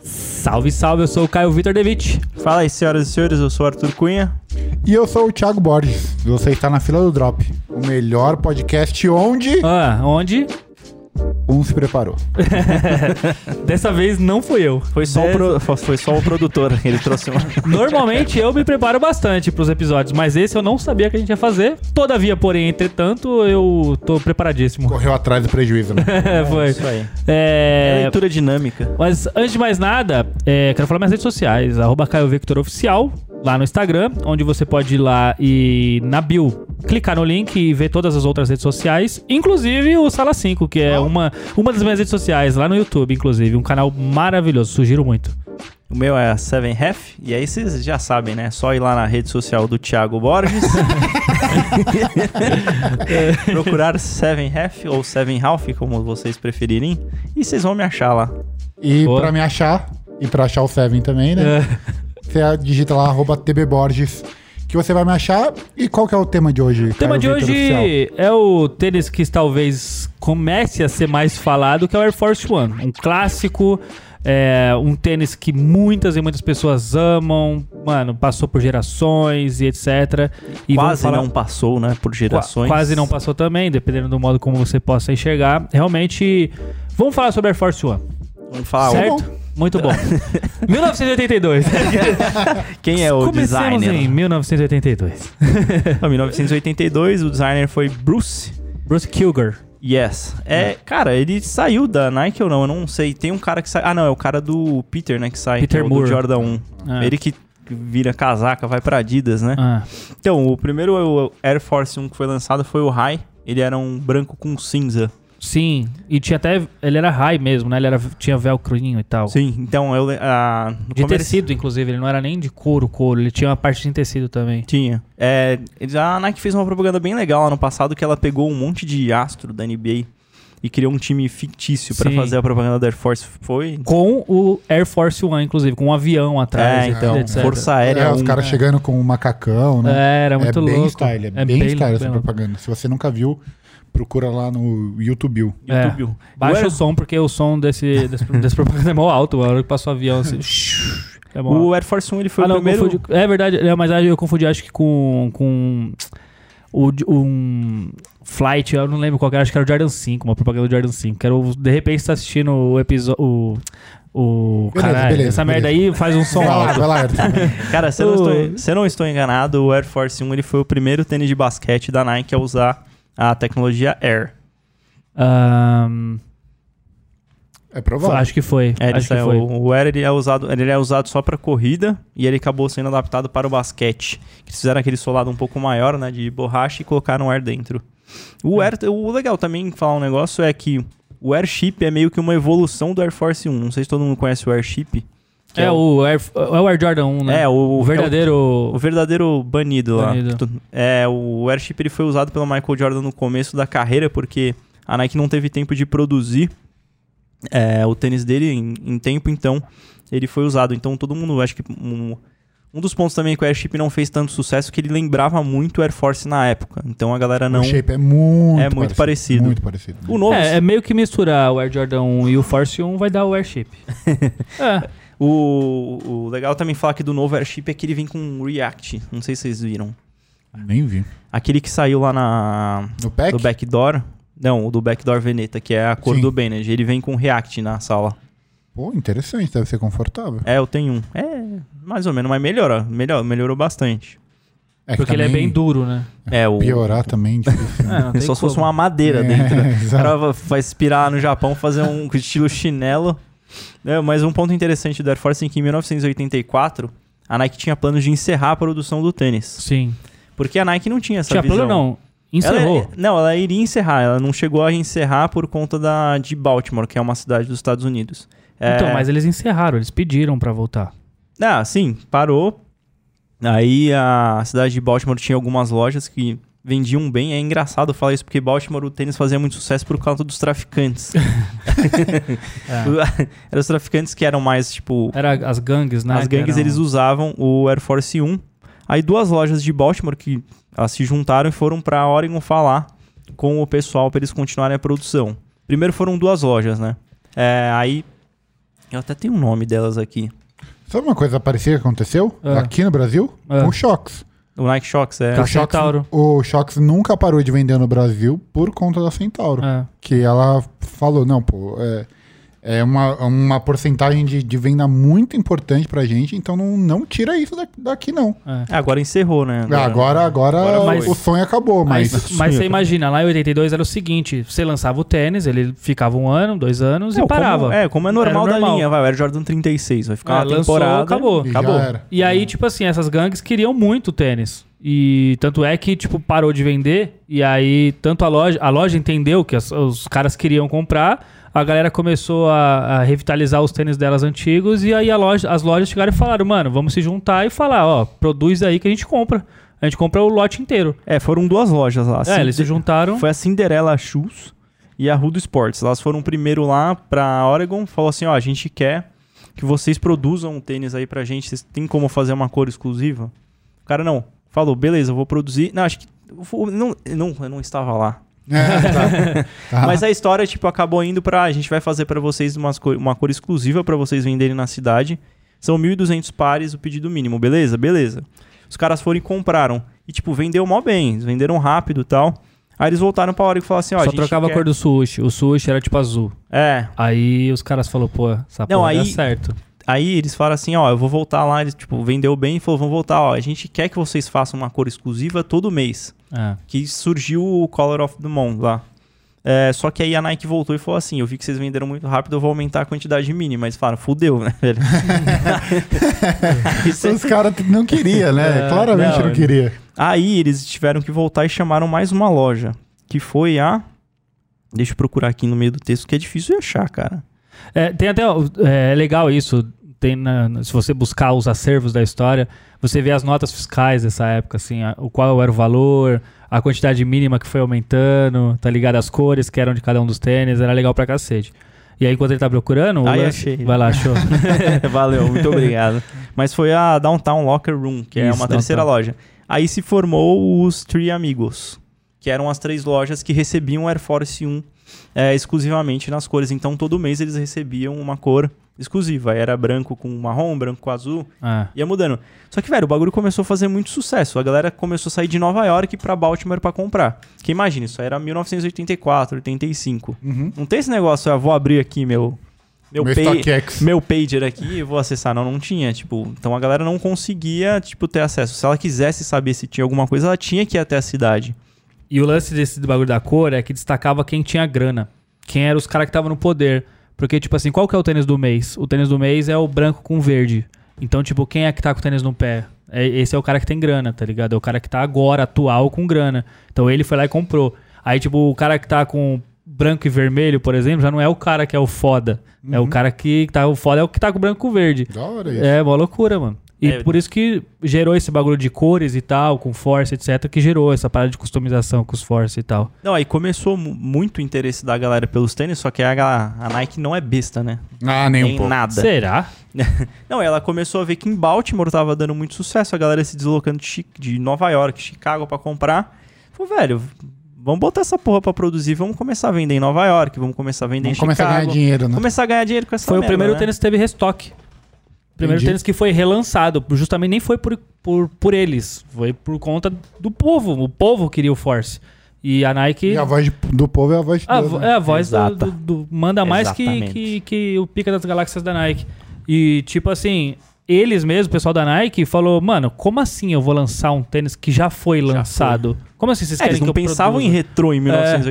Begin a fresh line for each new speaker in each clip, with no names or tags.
Salve, salve, eu sou o Caio Vitor Devitt.
Fala aí, senhoras e senhores, eu sou o Arthur Cunha.
E eu sou o Thiago Borges. Você está na fila do Drop, o melhor podcast onde
Ah, onde?
um se preparou.
Dessa vez não fui eu.
Foi só, o
Dessa-
pro- fo- foi só o produtor, ele trouxe uma.
Normalmente eu me preparo bastante pros episódios, mas esse eu não sabia que a gente ia fazer. Todavia, porém, entretanto, eu tô preparadíssimo.
Correu atrás do prejuízo, né?
É, foi.
Isso aí. É...
É,
Leitura dinâmica.
mas antes de mais nada, é, quero falar minhas redes sociais, arroba Caio Victor Oficial, lá no Instagram, onde você pode ir lá e na bio clicar no link e ver todas as outras redes sociais, inclusive o Sala 5, que é uma, uma das minhas redes sociais, lá no YouTube, inclusive, um canal maravilhoso, sugiro muito.
O meu é 7ref, e aí vocês já sabem, né? Só ir lá na rede social do Thiago Borges. É, Procurar 7ref ou 7ralph, como vocês preferirem, e vocês vão me achar lá.
E
Boa.
pra me achar, e pra achar o Seven também, né? Você digita lá, arroba tbborges, que você vai me achar. E qual que é o tema de hoje,
O
Tá
tema de hoje é o tênis que talvez comece a ser mais falado, que é o Air Force One. Um clássico, é, um tênis que muitas e muitas pessoas amam, mano, passou por gerações e etc. E vamos
Quase
falar-
não passou, né? Por
Qua-
gerações.
Quase não passou também, dependendo do modo como você possa enxergar. Realmente, vamos falar sobre Air Force One,
Vamos falar
certo?
bom.
Muito bom. 1982.
quem é o
Começamos
designer.
em 1982.
Em 1982, o designer foi Bruce
Bruce Kilger.
Yes.
Hum.
É, cara, ele saiu da Nike ou não? Eu não sei. Tem um cara que sai. Ah, não, é o cara do Peter, né? Que sai
Peter
que é o
Moore.
do Jordan 1.
Ah.
Ele que vira casaca, vai pra Adidas, né?
Ah.
Então, o primeiro o Air Force 1 que foi lançado foi o High. Ele era um branco com cinza.
Sim, e tinha até. Ele era high mesmo, né? Ele era, tinha velcroinho e tal.
Sim, então eu. le- ah, no
De
começo-
tecido, inclusive, ele não era nem de couro, couro, ele tinha uma parte de tecido também.
Tinha. É, eles- a Nike fez uma propaganda bem legal ano passado que ela pegou um monte de astro da NBA e criou um time fictício pra
Sim.
fazer a propaganda da Air Force. Foi.
Com o Air Force One, inclusive, com um avião atrás,
É,
e
então,
etc.
Força Aérea.
É, os
um-
caras chegando com um macacão, né?
É, era muito
é bem
louco.
style, é, bem, style essa
bem louco.
propaganda. Se você nunca viu, procura lá no YouTube.
É.
YouTube. um.
Baixa
Ué?
o som, porque o som desse, desse, desse propaganda é mó alto, a hora que passou o avião assim. É mó alto.
O Air Force 1 ele foi
Ah,
o
não, eu
primeiro.
confundi- É verdade, é, mas aí eu confundi, acho que com. com o, de- um Flight, eu não lembro qual que era, acho que era o Jordan 5, uma propaganda do Jordan 5. Que era o, de repente você tá assistindo o episódio. O.
Beleza,
caralho,
beleza,
essa merda aí faz um som
Vai lá,
alto.
vai lá, Edson.
Cara, se eu, não
O-
estou, se eu não estou enganado, o Air Force 1 ele foi o primeiro tênis de basquete da Nike a usar a tecnologia Air.
Ahn,
É provável.
acho que foi.
É, ele
acho que
saiu-
foi.
o Air ele é, usado, ele é usado só para corrida e ele acabou sendo adaptado para o basquete. Eles fizeram aquele solado um pouco maior, né, de borracha e colocaram o Air dentro. O
É.
Air, o legal também de falar um negócio é que o Airship é meio que uma evolução do Air Force 1. Não sei se todo mundo conhece o Airship. que
É o, Air, é o Air Jordan 1, né?
É, o, é
o verdadeiro.
O verdadeiro banido,
Banido.
lá. Tu- É, o Airship ele foi usado pelo Michael Jordan no começo da carreira, porque a Nike não teve tempo de produzir é, o tênis dele em, em tempo, então ele foi usado. Então todo mundo, acho que um, um dos pontos também que o Airship não fez tanto sucesso é que ele lembrava muito o Air Force na época. Então a galera não.
O shape é muito
É muito parecido.
Muito parecido.
O novo,
é, é meio que misturar o Air Jordan 1 e o Force 1 vai dar o Airship. é,
o, o legal também falar que do novo Airship é que ele vem com React. Não sei se vocês viram.
Nem vi.
Aquele que saiu lá na
No pack?
Do backdoor. Não, o do backdoor Veneta, que é a cor
É Sim.
do Benage. Ele vem com React na sala.
Pô, interessante, deve ser confortável.
É, eu tenho um. É, mais ou menos, mas melhora. melhor, melhorou bastante.
É que
porque ele é
também
bem duro, né?
É, o.
Piorar também, é difícil. né?
É, não tem
Só se fosse
como.
uma madeira
É,
dentro. O
exato.
cara va- vai inspirar no Japão fazer um estilo chinelo. É, mas um ponto interessante do Air Force é que em 1984 a Nike tinha planos de encerrar a produção do tênis.
Sim.
Porque a Nike não tinha essa
Tinha
visão.
plano não.
Ela- é-
Encerrou.
não, ela iria encerrar. Ela não chegou a encerrar por conta da, de Baltimore, que é uma cidade dos Estados Unidos. É,
Então, mas eles encerraram, eles pediram pra voltar.
Ah, sim, parou. Aí a cidade de Baltimore tinha algumas lojas que vendiam bem. É engraçado falar isso porque Baltimore o tênis fazia muito sucesso por causa dos traficantes. É. Eram
É,
os traficantes que eram mais tipo
Era as gangues, né?
as gangues
que eram-
eles usavam o Air Force 1 Aí duas lojas de Baltimore que elas se juntaram e foram para Oregon falar com o pessoal para eles continuarem a produção. Primeiro foram duas lojas, né? É, aí eu até tenho o nome delas aqui.
Sabe uma coisa parecida que aconteceu
É.
aqui no Brasil?
É.
Com o Shox.
O Nike Shox é.
Tá.
O Shox,
Centauro.
o Shox nunca parou de vender no Brasil por conta da Centauro.
É.
Que ela falou, não, pô, é, é uma, uma porcentagem de, de venda muito importante pra gente, então não, não tira isso da- daqui, não.
É, agora encerrou, né?
Ah, Agora, agora,
Agora
foi.
o sonho acabou, mas,
Mas, mas você imagina, lá em 82 era o seguinte: você lançava o tênis, ele ficava um ano, dois anos
É,
e
como-
parava.
é, como é normal,
Era normal.
da linha, vai. O Air Jordan 36, vai ficar
Ah,
uma
lançou,
temporada.
acabou.
e
acabou.
já era.
E aí, tipo assim, essas gangues queriam muito o tênis. E tanto é que, tipo, parou de vender. E aí, tanto a loja. A loja entendeu que as- os caras queriam comprar. A galera começou a, a revitalizar os tênis delas antigos. E aí a loja- as lojas chegaram e falaram, mano, vamos se juntar e falar, ó, produz aí que a gente compra. A gente compra o lote inteiro.
É, foram duas lojas lá.
é, eles se juntaram.
Assim, Foi a Cinderella Shoes e a Rudo Sports. Elas foram primeiro lá pra Oregon, falou assim, ó, a gente quer que vocês produzam um tênis aí pra gente, vocês têm como fazer uma cor exclusiva? O cara não, falou, beleza, eu vou produzir. Não, acho que eu não, não, eu não estava lá.
É, tá.
Ah.
Tá.
Mas a história, tipo, acabou indo pra. A gente vai fazer pra vocês umas co- uma cor exclusiva pra vocês venderem na cidade. São 1.200 pares o pedido mínimo, beleza? Beleza. Os caras foram e compraram. E, tipo, vendeu mó bem. Eles venderam rápido e tal. Aí eles voltaram pra hora e falaram assim: ó, a
Só
gente
trocava
quer...
a cor do sushi. O sushi era tipo azul.
É.
Aí os caras falaram, pô, essa
Não,
porra dá
aí-
certo.
Aí eles falaram assim: ó, eu vou voltar lá. Eles, tipo, vendeu bem e falou: vamos voltar, ó. A gente quer que vocês façam uma cor exclusiva todo mês.
É.
que surgiu o Color of the Moon lá. É, só que aí a Nike voltou e falou assim: Eu vi que vocês venderam muito rápido, eu vou aumentar a quantidade mínima. Eles falaram: Fudeu, né, velho? Aí cê-
Os caras não queriam, né?
É,
Claramente
não,
não, queria.
aí eles tiveram que voltar e chamaram mais uma loja, que foi a. Deixa eu procurar aqui no meio do texto, que é difícil de achar, cara.
É, tem até. ó, É legal isso. Tem na- se você buscar os acervos da história, você vê as notas fiscais dessa época, assim, a- o qual era o valor, a quantidade mínima que foi aumentando, tá ligado? As cores que eram de cada um dos tênis, era legal pra cacete. E aí, enquanto ele tá procurando, o
Aí
lance-
achei.
vai lá, achou.
Valeu, muito obrigado. Mas foi a Downtown Locker Room, que é
Isso,
uma terceira
Downtown.
loja. Aí se formou os Three Amigos, que eram as três lojas que recebiam Air Force 1 é, exclusivamente nas cores. Então todo mês eles recebiam uma cor exclusiva. Aí Era branco com marrom, branco com azul,
Ah,
ia mudando. Só que, velho, o bagulho começou a fazer muito sucesso. A galera começou a sair de Nova York pra Baltimore pra comprar. Que imagina, isso aí era 1984, 85.
Uhum.
Não tem esse negócio, eu vou abrir aqui meu... Meu,
Meu
pay-
StockX.
meu pager aqui, eu vou acessar. Não, não tinha, tipo, então a galera não conseguia, tipo, ter acesso. Se ela quisesse saber se tinha alguma coisa, ela tinha que ir até a cidade.
E o lance desse bagulho da cor é que destacava quem tinha grana. Quem eram os caras que estavam no poder. Porque, tipo assim, qual que é o tênis do mês? O tênis do mês é o branco com verde. Então, tipo, quem é que tá com o tênis no pé? É- esse é o cara que tem grana, tá ligado? É o cara que tá agora, atual, com grana. Então ele foi lá e comprou. Aí, tipo, o cara que tá com branco e vermelho, por exemplo, já não é o cara que é o foda. É o cara que tá o foda, é o que tá com branco e verde.
Da hora isso.
É, uma loucura, mano. E
É, eu-
por isso que gerou esse bagulho de cores e tal, com force, etc, que gerou essa parada de customização com os force e tal.
Não, aí começou mu- muito o interesse da galera pelos tênis, só que a, ga- a Nike não é besta, né?
Ah, nem um
Tem
pouco.
nada.
Será?
Tá Não, ela começou a ver que em Baltimore tava dando muito sucesso, a galera se deslocando de, Chi- de Nova York, Chicago pra comprar. Falou, velho, vamos botar essa porra pra produzir, vamos começar a vender em Nova York, vamos começar a vender
Vamos
em Chicago.
começar a ganhar dinheiro, né?
Começar a ganhar dinheiro com essa
foi o
merda,
primeiro
né?
tênis que teve restock. Primeiro
Entendi.
tênis que foi relançado, justamente nem foi por, por, por eles, foi por conta do povo. O povo queria o force. E a
é
Nike
E a voz de- do povo é a voz de
A,
Ah,
Deus,
vo-
né?
é a voz do,
Exata.
do- do- manda mais que,
Exatamente.
que, que o pica das galáxias da Nike. E tipo assim, eles mesmos, o pessoal da Nike, falou, mano, como assim eu vou lançar um tênis que já foi lançado? Como assim vocês
É,
querem
eles
que
não
eu
pensavam em
produza? É.
retrô em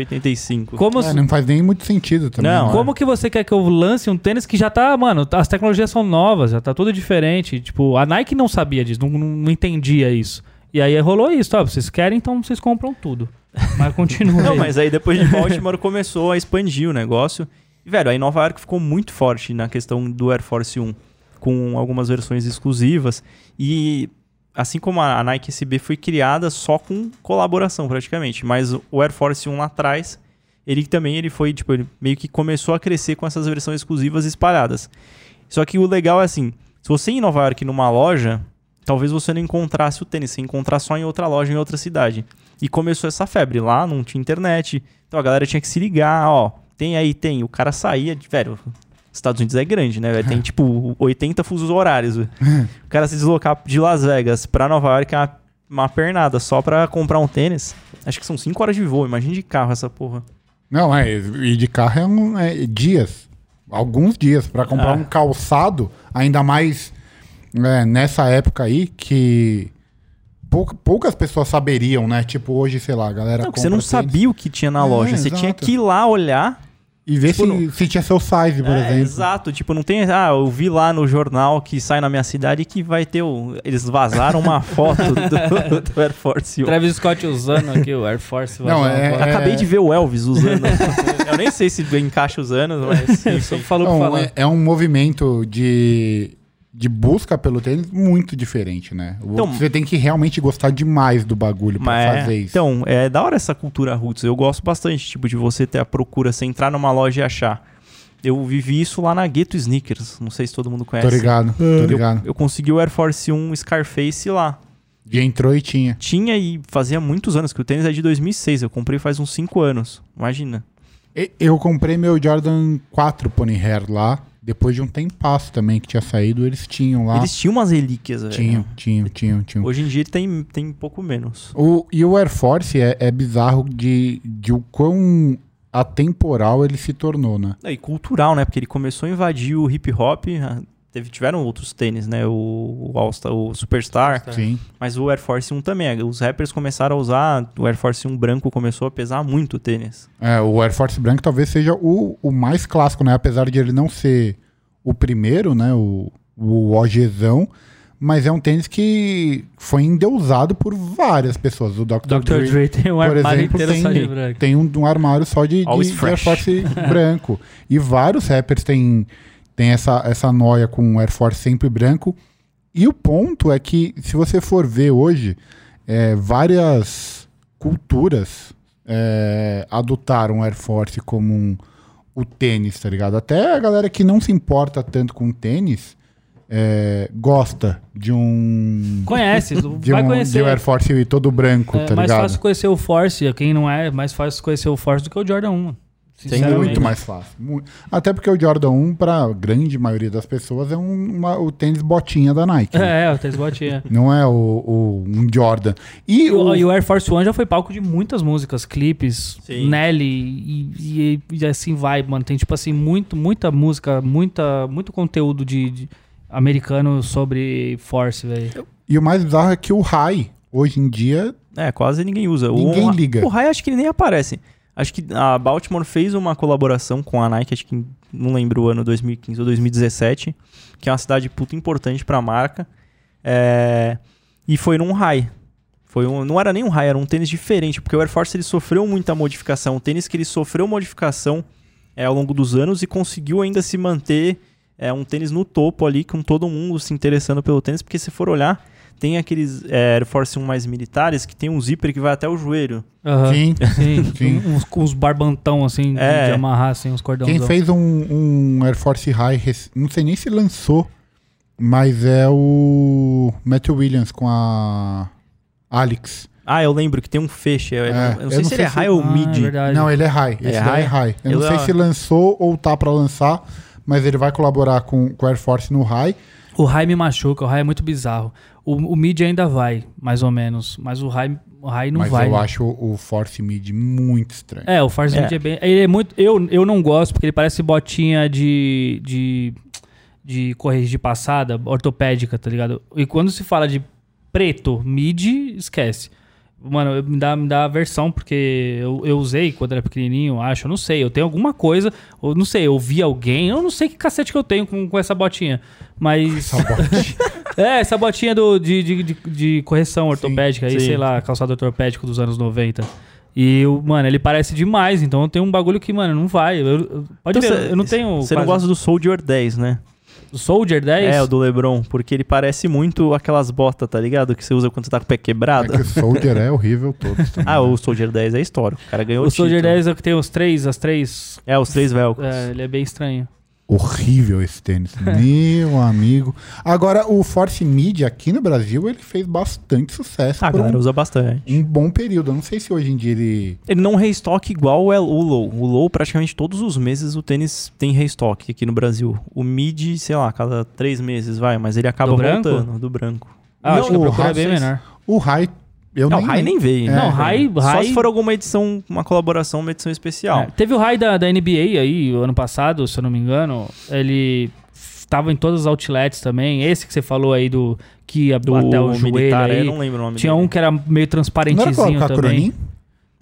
1985.
Como,
É, não faz nem muito sentido também.
Não,
né?
como que você quer que eu lance um tênis que já tá, mano, as tecnologias são novas, já tá tudo diferente. Tipo, a Nike não sabia disso, não, não- não entendia isso. E aí rolou isso, ó, vocês querem, então vocês compram tudo. Mas continua
Não,
aí.
mas aí depois de Baltimore começou a expandir o negócio. E, velho, aí Nova York ficou muito forte na questão do Air Force 1, com algumas versões exclusivas. E assim como a a Nike SB foi criada só com colaboração, praticamente. Mas o Air Force 1 lá atrás, ele também ele foi, tipo, ele meio que começou a crescer com essas versões exclusivas espalhadas. Só que o legal é assim, se você ir em Nova York numa loja, talvez você não encontrasse o tênis, você ia encontrar só em outra loja, em outra cidade. E começou essa febre. Lá não tinha internet, então a galera tinha que se ligar, ó, tem aí, tem. O cara saía, de- velho, Estados Unidos é grande, né? velho? Tem tipo 80 fusos horários. velho. o cara se deslocar de Las Vegas pra Nova York é uma, uma pernada só pra comprar um tênis. Acho que são 5 horas de voo, imagina de carro essa porra.
Não, é, e de carro é, um, é dias, alguns dias para comprar
Ah.
um calçado, ainda mais né, nessa época aí que pouca- poucas pessoas saberiam, né? Tipo hoje, sei lá, a galera
Não, porque você não
compra assim um tênis
sabia o que tinha na
É,
loja. Você tinha
exato.
que ir lá olhar
e ver
tipo,
se,
não-
se tinha seu size, por
É,
exemplo.
Exato, tipo, não tem. Ah, eu vi lá no jornal que sai na minha cidade que vai ter o. Eles vazaram uma foto do, do Air Force One.
Travis Scott usando aqui o Air Force.
Não,
vazando
é-
a bola.
é-
Acabei de ver o Elvis usando. eu nem sei se encaixa os anos, mas.
Só
enfim.
falou
Não,
pra falar.
é, é um movimento de, de busca pelo tênis muito diferente, né? O-
Então-
você tem que realmente gostar demais do bagulho pra
Mas,
fazer isso.
então, é da hora essa cultura roots. Eu gosto bastante, tipo, de você ter a procura, você entrar numa loja e achar. Eu vivi isso lá na Ghetto Sneakers. Não sei se todo mundo
tô
conhece.
ligado, tô ligado.
Eu consegui o Air Force 1 Scarface lá.
E entrou e tinha.
Tinha e fazia muitos anos, que o tênis é de 2006. Eu comprei faz uns 5 anos. Imagina.
E- Eu comprei meu Jordan 4 Pony Hair lá, depois de um tempasso também que tinha saído, eles tinham lá.
Eles tinham né? umas relíquias, velho.
tinham, tinham, tinham, tinham.
Hoje em dia tem, tem um pouco menos.
O, e o Air Force é, é bizarro de, de o quão atemporal ele se tornou, né?
É, E cultural, né? Porque ele começou a invadir o hip hop. ah, Teve, tiveram outros tênis, né? O, o All-Star, o Superstar.
Sim.
Mas o Air Force 1 também. Os rappers começaram a usar. O Air Force 1 branco começou a pesar muito o tênis.
É, o Air Force branco talvez seja o, o mais clássico, né? Apesar de ele não ser o primeiro, né? O, o OGzão. Mas é um tênis que foi endeusado por várias pessoas. O Dr.
Dr.
Dre,
Dre tem um
por
armário
exemplo,
inteiro só de
tem,
branco.
tem um, um armário só de,
Always
de, de Air
fresh.
Force branco. E vários rappers têm, têm essa, essa noia com o Air Force sempre branco. E o ponto é que, se você for ver hoje, é, várias culturas é, adotaram o Air Force como um- o tênis, tá ligado? Até a galera que não se importa tanto com tênis é, gosta de um.
Conhece,
De
vai
um, de
conhecer.
um Air Force todo branco,
É
tá
mais
ligado?
fácil conhecer o Force, quem não é, mais fácil conhecer o Force do que o Jordan 1. sinceramente.
é muito mais fácil. Mu- Até porque o Jordan 1, pra grande maioria das pessoas, é um, uma- o tênis botinha da Nike.
É,
né?
é, o Tênis Botinha.
Não é o, o- um Jordan. E
E o,
o,
e o Air Force One já foi palco de muitas músicas, clipes,
Sim.
Nelly e, e- e assim vai, mano. Tem, tipo assim, muito, muita música, muita, muito conteúdo de, de americano sobre Force, velho.
e o mais bizarro é que o High, hoje em dia,
É, quase ninguém usa.
Ninguém
o,
liga.
O Rai acho que ele nem aparece. Acho que a Baltimore fez uma colaboração com a Nike, acho que em- não lembro o ano 2015 ou 2017, que é uma cidade puta importante pra marca. É, e foi num high. Foi um, não era nem um high, era um tênis diferente, porque o Air Force ele sofreu muita modificação. Um tênis que ele sofreu modificação é, ao longo dos anos e conseguiu ainda se manter é, um tênis no topo ali, com todo mundo se interessando pelo tênis, porque se for olhar, tem aqueles é, Air Force 1 mais militares que tem um zíper que vai até o joelho.
Aham.
sim,
Sim,
Sim.
um- Uns, uns barbantão, assim, de-
É.
de, amarrar, assim, uns cordãozão.
quem fez um, um Air Force High, rec- não sei nem se lançou, mas é o Matthew Williams com a Alex.
Ah, eu lembro que tem um feixe. Eu, eu
É,
não- eu não sei se ele é high
Ah,
ou mid.
é verdade.
Não, ele é high. Esse
É
daí é high. Eu
Eu-
não sei se lançou ou tá pra lançar, mas ele vai colaborar com, com o Air Force no high.
O Rai me machuca, o Rai é muito bizarro. O, o mid ainda vai, mais ou menos, mas o Rai, o Rai não
mas
vai.
eu
né?
acho o Force Mid muito estranho.
É, o Force
É.
Mid é bem. Ele é muito. Eu, eu não gosto, porque ele parece botinha de. de. de corrigir passada, ortopédica, tá ligado? E quando se fala de preto, mid, esquece. Mano, eu- me dá, me dá aversão, porque eu, eu usei quando era pequenininho, acho, eu não sei. Eu tenho alguma coisa, eu não sei, eu vi alguém, eu não sei que cacete que eu tenho com, com essa botinha. Mas.
Essa bote.
É, essa botinha do, de, de, de, de correção ortopédica aí,
sim.
sei lá, calçado ortopédico dos anos 90. E, o, mano, ele parece demais, então tem um bagulho que, mano, não vai. Eu- eu- pode
Então
ver,
cê-
eu não tenho.
Você não
quase-
gosta do Soldier 10, né?
do Soldier 10?
É, o do Lebron, porque ele parece muito aquelas botas, tá ligado? Que você usa quando você tá com o pé
É
quebrado.
que o Soldier é horrível todo. também.
Ah, o Soldier 10 é histórico. O cara ganhou
o Soldier
título.
10 é o que tem os três, as três.
É, os três velcros.
É, ele é bem estranho.
Horrível esse
É.
tênis. Meu amigo. Agora, o Force Media aqui no Brasil, ele fez bastante sucesso
Ah, a
por
galera
um,
usa bastante.
um bom período. Eu não sei se hoje em dia ele...
Ele não restock igual o El- o Low. O Low, praticamente todos os meses, o tênis tem restock aqui no Brasil. O Mid, sei lá, cada três meses vai, mas ele acaba
Do branco?
voltando do branco.
Ah, acho que a
Não, o
procura é bem
Rasmus-
menor.
O Rai... Eu
Não, o
nem É,
Rai nem veio. né?
Não, Rai-
Só
Rai-
se for alguma edição, uma colaboração, uma edição especial.
É, teve o high da, da NBA aí, o ano passado, se eu não me engano. Ele f- tava em todas as outlets também. Esse que você falou aí do que
Do
abriu até o joelho
militar, é, eu
aí.
não lembro o nome
Tinha
dele.
um que era meio
Não era
transparentezinho
colocar
também.
Cronin?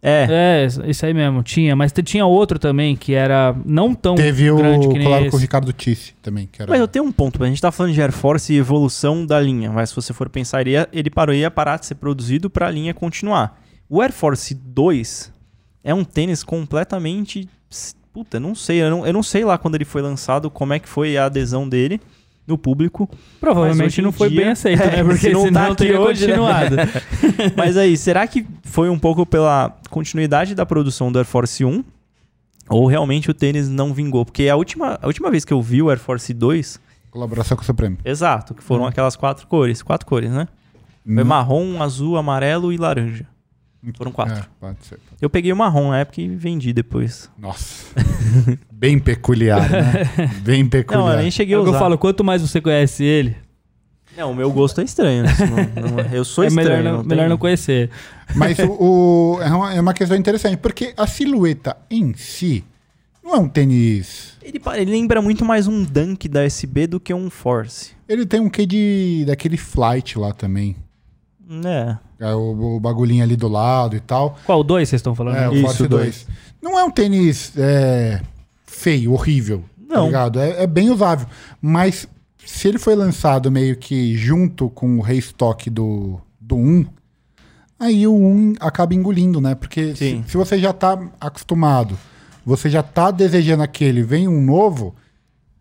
É,
É, isso aí mesmo, tinha. Mas te- tinha outro também que era não
Um
tão
Teve o
grande que nem
claro, com
esse.
o Ricardo Tisse também, que era...
mas eu tenho um ponto. A gente tá falando de Air Force e evolução da linha. Mas se você for pensar, ele ia, ele parou, ia parar de ser produzido pra linha continuar. O Air Force 2 é um tênis completamente... Puta, eu não sei. Eu não, eu não sei lá quando ele foi lançado, como é que foi a adesão dele no público. Mas hoje
Provavelmente
em
não foi
dia-
bem aceito,
É,
né? Porque
se não
senão
tá aqui
teria
hoje, né?
continuado.
Mas aí, será que foi um pouco pela continuidade da produção do Air Force 1? Ou realmente o tênis não vingou? Porque a última, a última vez que eu vi o Air Force 2,
Colaboração com o Supremo.
exato, que foram aquelas quatro cores, quatro cores, né?
Hum.
Foi marrom, azul, amarelo e laranja. Foram quatro.
É, pode ser.
Eu peguei o marrom na época e vendi depois.
Nossa. Bem peculiar, né? Bem
Não,
peculiar.
eu nem cheguei
É
a
o que
usar.
eu falo, quanto mais você conhece ele,
Não, o meu gosto é estranho. isso não- não é- eu sou
é
estranho.
melhor, não,
tem-
melhor não conhecer.
Mas o, o- é, uma, é uma questão interessante, porque a silhueta em si não é um tênis.
Ele, pa- ele lembra muito mais um Dunk da SB do que um Force.
Ele tem um quê de daquele flight lá também.
Né?
É o, o bagulhinho ali do lado e tal.
Qual dois vocês estão falando?
É, o
Isso,
Force 2. Não é um tênis é, feio, horrível. Tá
Não.
ligado? É, é bem usável. Mas se ele foi lançado meio que junto com o restock do, do 1, aí o 1 acaba engolindo, né? Porque se,
Sim.
se você já tá acostumado, você já tá desejando aquele, vem um novo,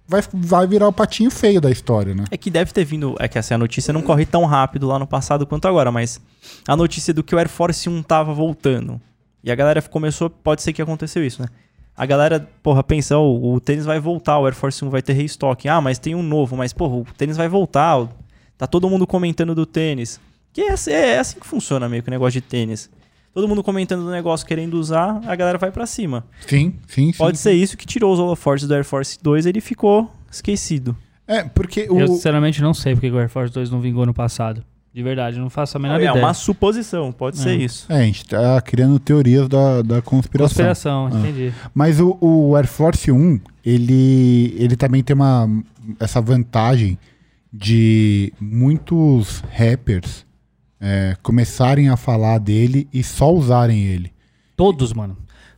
vai, vai virar o patinho feio da história, né?
É que deve ter vindo. É que assim, a notícia não corre tão rápido lá no passado quanto agora, mas a notícia do que o Air Force 1 tava voltando. E a galera começou. Pode ser que aconteceu isso, né? A galera, porra, pensa, ó, o tênis vai voltar, o Air Force 1 vai ter restock. Ah, mas tem um novo, mas, porra, o tênis vai voltar. ó, Tá todo mundo comentando do tênis. Que é, assim- é assim que funciona meio que o negócio de tênis. Todo mundo comentando do negócio, querendo usar, a galera vai pra cima.
Sim, sim, sim.
Pode ser isso que tirou os holofortes do Air Force 2 ele ficou esquecido.
É, porque o.
Eu sinceramente não sei porque o Air Force 2 não vingou no passado. De verdade, eu não faço a menor
é
ideia.
uma suposição, pode ser isso.
É, a gente tá criando teorias da, da conspiração.
Conspiração, entendi.
Mas o, o Air Force 1, ele, ele também tem uma, essa vantagem de muitos rappers é, começarem a falar dele e só usarem ele.
Todos, mano.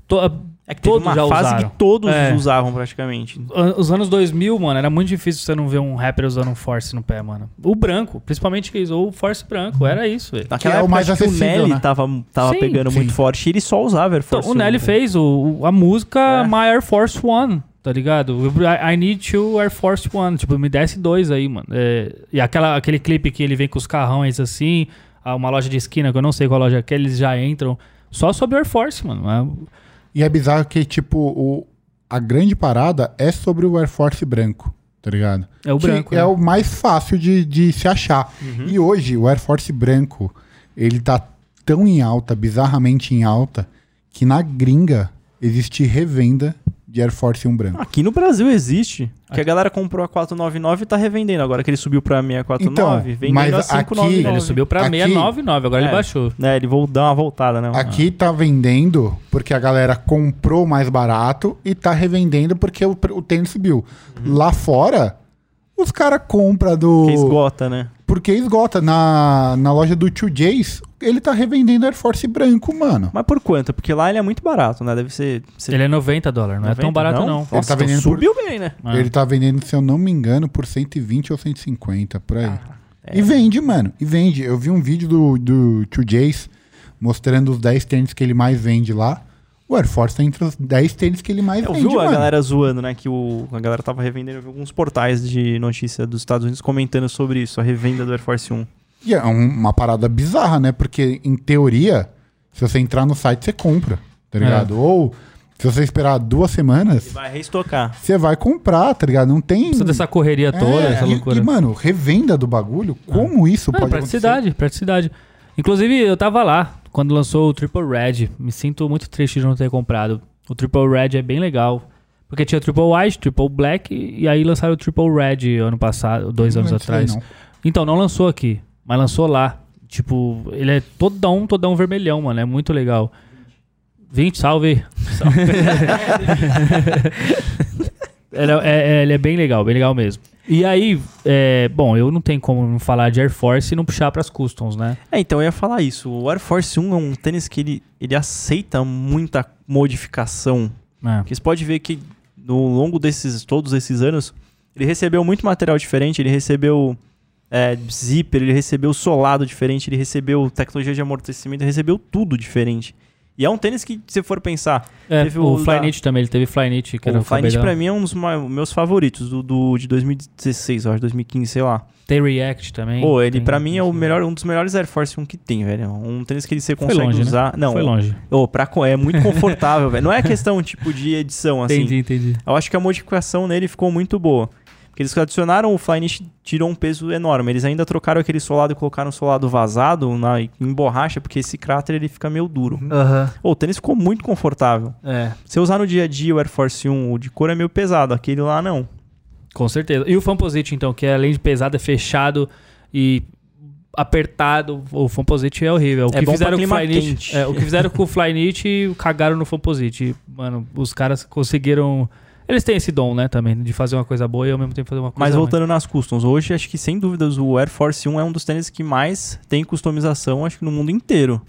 To-
É que teve
todos
uma
já
fase
usaram.
que todos
É.
usavam praticamente.
An- Os anos 2000, mano, era muito difícil você não ver um rapper usando um Force no pé, mano. O branco, principalmente que usou o Force branco, era isso, velho.
Naquela
é o
época
mais
acho que o
acessível,
Nelly
né?
tava, tava
Sim,
pegando
sim.
muito forte e ele só usava Air
Então,
Force
o
1,
Nelly
né?
fez o, o- a música
É.
My Air Force One, tá ligado? I, I Need You Air Force One, tipo, me desce dois aí, mano. É, e aquela, aquele clipe que ele vem com os carrões assim, a uma loja de esquina, que eu não sei qual loja que é, eles já entram. Só sobre o Air Force, mano. É-
E é bizarro que, tipo, o, a grande parada é sobre o Air Force branco, tá ligado?
É, o
Que
branco.
é
né? Uhum.
o mais fácil de, de se achar. E hoje, o Air Force branco, ele tá tão em alta, bizarramente em alta, que na gringa existe revenda de Air Force 1 branco.
né? Aqui no Brasil existe. Que a galera comprou a 499 e tá revendendo. Agora que ele subiu pra 649,
Então,
vendendo
mas
a 599.
aqui-
Ele subiu pra
Aqui-
699, agora ele
É.
baixou.
É, ele vou dar uma
Ah.
voltada, né?
Aqui tá vendendo porque a galera comprou mais barato e tá revendendo porque o, pre- o tênis subiu.
Uhum.
Lá fora, os caras compram do.
Que esgota, né?
Porque esgota. Na, na loja do 2J's, ele tá revendendo Air Force branco, mano.
Mas por quanto? Porque lá ele é muito barato, né? Deve ser... ser
Ele é 90 dólares, não é
90,
tão barato não.
Nossa,
Ele tá
então
vendendo por-
subiu bem, né?
Ah.
Ele tá vendendo, se eu não me engano, por 120 ou 150, por aí.
é.
E vende, mano. E vende. Eu vi um vídeo do, do 2J's mostrando os 10 tênis que ele mais vende lá. O Air Force tá entre os 10 tênis que ele mais
Eu
vende,
vi a
mano.
galera zoando, né? Que o, a galera tava revendendo. Eu vi alguns portais de notícia dos Estados Unidos comentando sobre isso, a revenda do Air Force 1.
E é um- uma parada
É.
bizarra, né? Porque, em teoria, se você entrar no site, você compra, tá ligado? Ou Se você esperar duas semanas,
Vai reestocar.
você vai comprar, tá ligado? Não tem.
Precisa dessa correria toda,
É,
essa
e-
loucura.
E, mano, revenda do bagulho, como isso
É,
pode acontecer?
praticidade, praticidade. Inclusive, eu tava lá quando lançou o Triple Red. Me sinto muito triste de não ter comprado. O Triple Red é bem legal. Porque tinha Triple White, Triple Black, e aí lançaram o Triple Red ano passado, dois anos
Não sei,
atrás.
não.
Então, não lançou aqui, mas lançou lá. Tipo, ele é todão, todão vermelhão, mano. É muito legal. 20, salve. Salve. ele, é, é- ele é bem legal, bem legal mesmo. E aí, é, bom, eu não tenho como não falar de Air Force e não puxar pras customs, né?
É, então eu ia falar isso. O Air Force 1 é um tênis que ele, ele aceita muita modificação.
É.
Porque você pode ver que no longo desses todos esses anos, ele recebeu muito material diferente, ele recebeu é, zíper, ele recebeu solado diferente, ele recebeu tecnologia de amortecimento, ele recebeu tudo diferente. E é um tênis que, se for pensar,
É,
Teve
o
o da-
Flyknit também, ele teve Flyknit, que era
o Flyknit
cabelão.
pra mim é um dos ma- meus favoritos, do, do- de 2016, eu acho, 2015, sei lá.
Tem React também.
Pô, ele
Tem- né?
pra mim é o melhor, um dos melhores Air Force 1 que tem, velho. Um tênis que ele você consegue
longe, né?
usar. Não,
Foi longe.
ô, pra co- é muito confortável, velho. Não é questão tipo de edição assim.
entendi.
Eu acho que a modificação nele ficou muito boa. Porque eles adicionaram o Flyknit, tirou um peso enorme. Eles ainda trocaram aquele solado e colocaram um solado vazado na, em borracha, porque esse cráter ele fica meio duro.
Uhum. Aham,
Ô, o tênis ficou muito confortável.
é.
Se eu usar no dia a dia o Air Force 1, o de couro é meio pesado, aquele lá não.
Com certeza. E o Famposite, então, que além de pesado, é fechado e apertado. O Famposite é horrível. O
É
que
bom
fizeram
pra
com o
clima
Flyknit.
quente.
É, o que fizeram com o Flyknit cagaram no Famposite. Mano, os caras conseguiram. Eles têm esse dom, né, também, de fazer uma coisa boa e ao mesmo tempo fazer uma
é,
coisa
Mas
ruim.
voltando nas customs, hoje acho que sem dúvidas o Air Force 1 é um dos tênis que mais tem customização, acho que no mundo inteiro.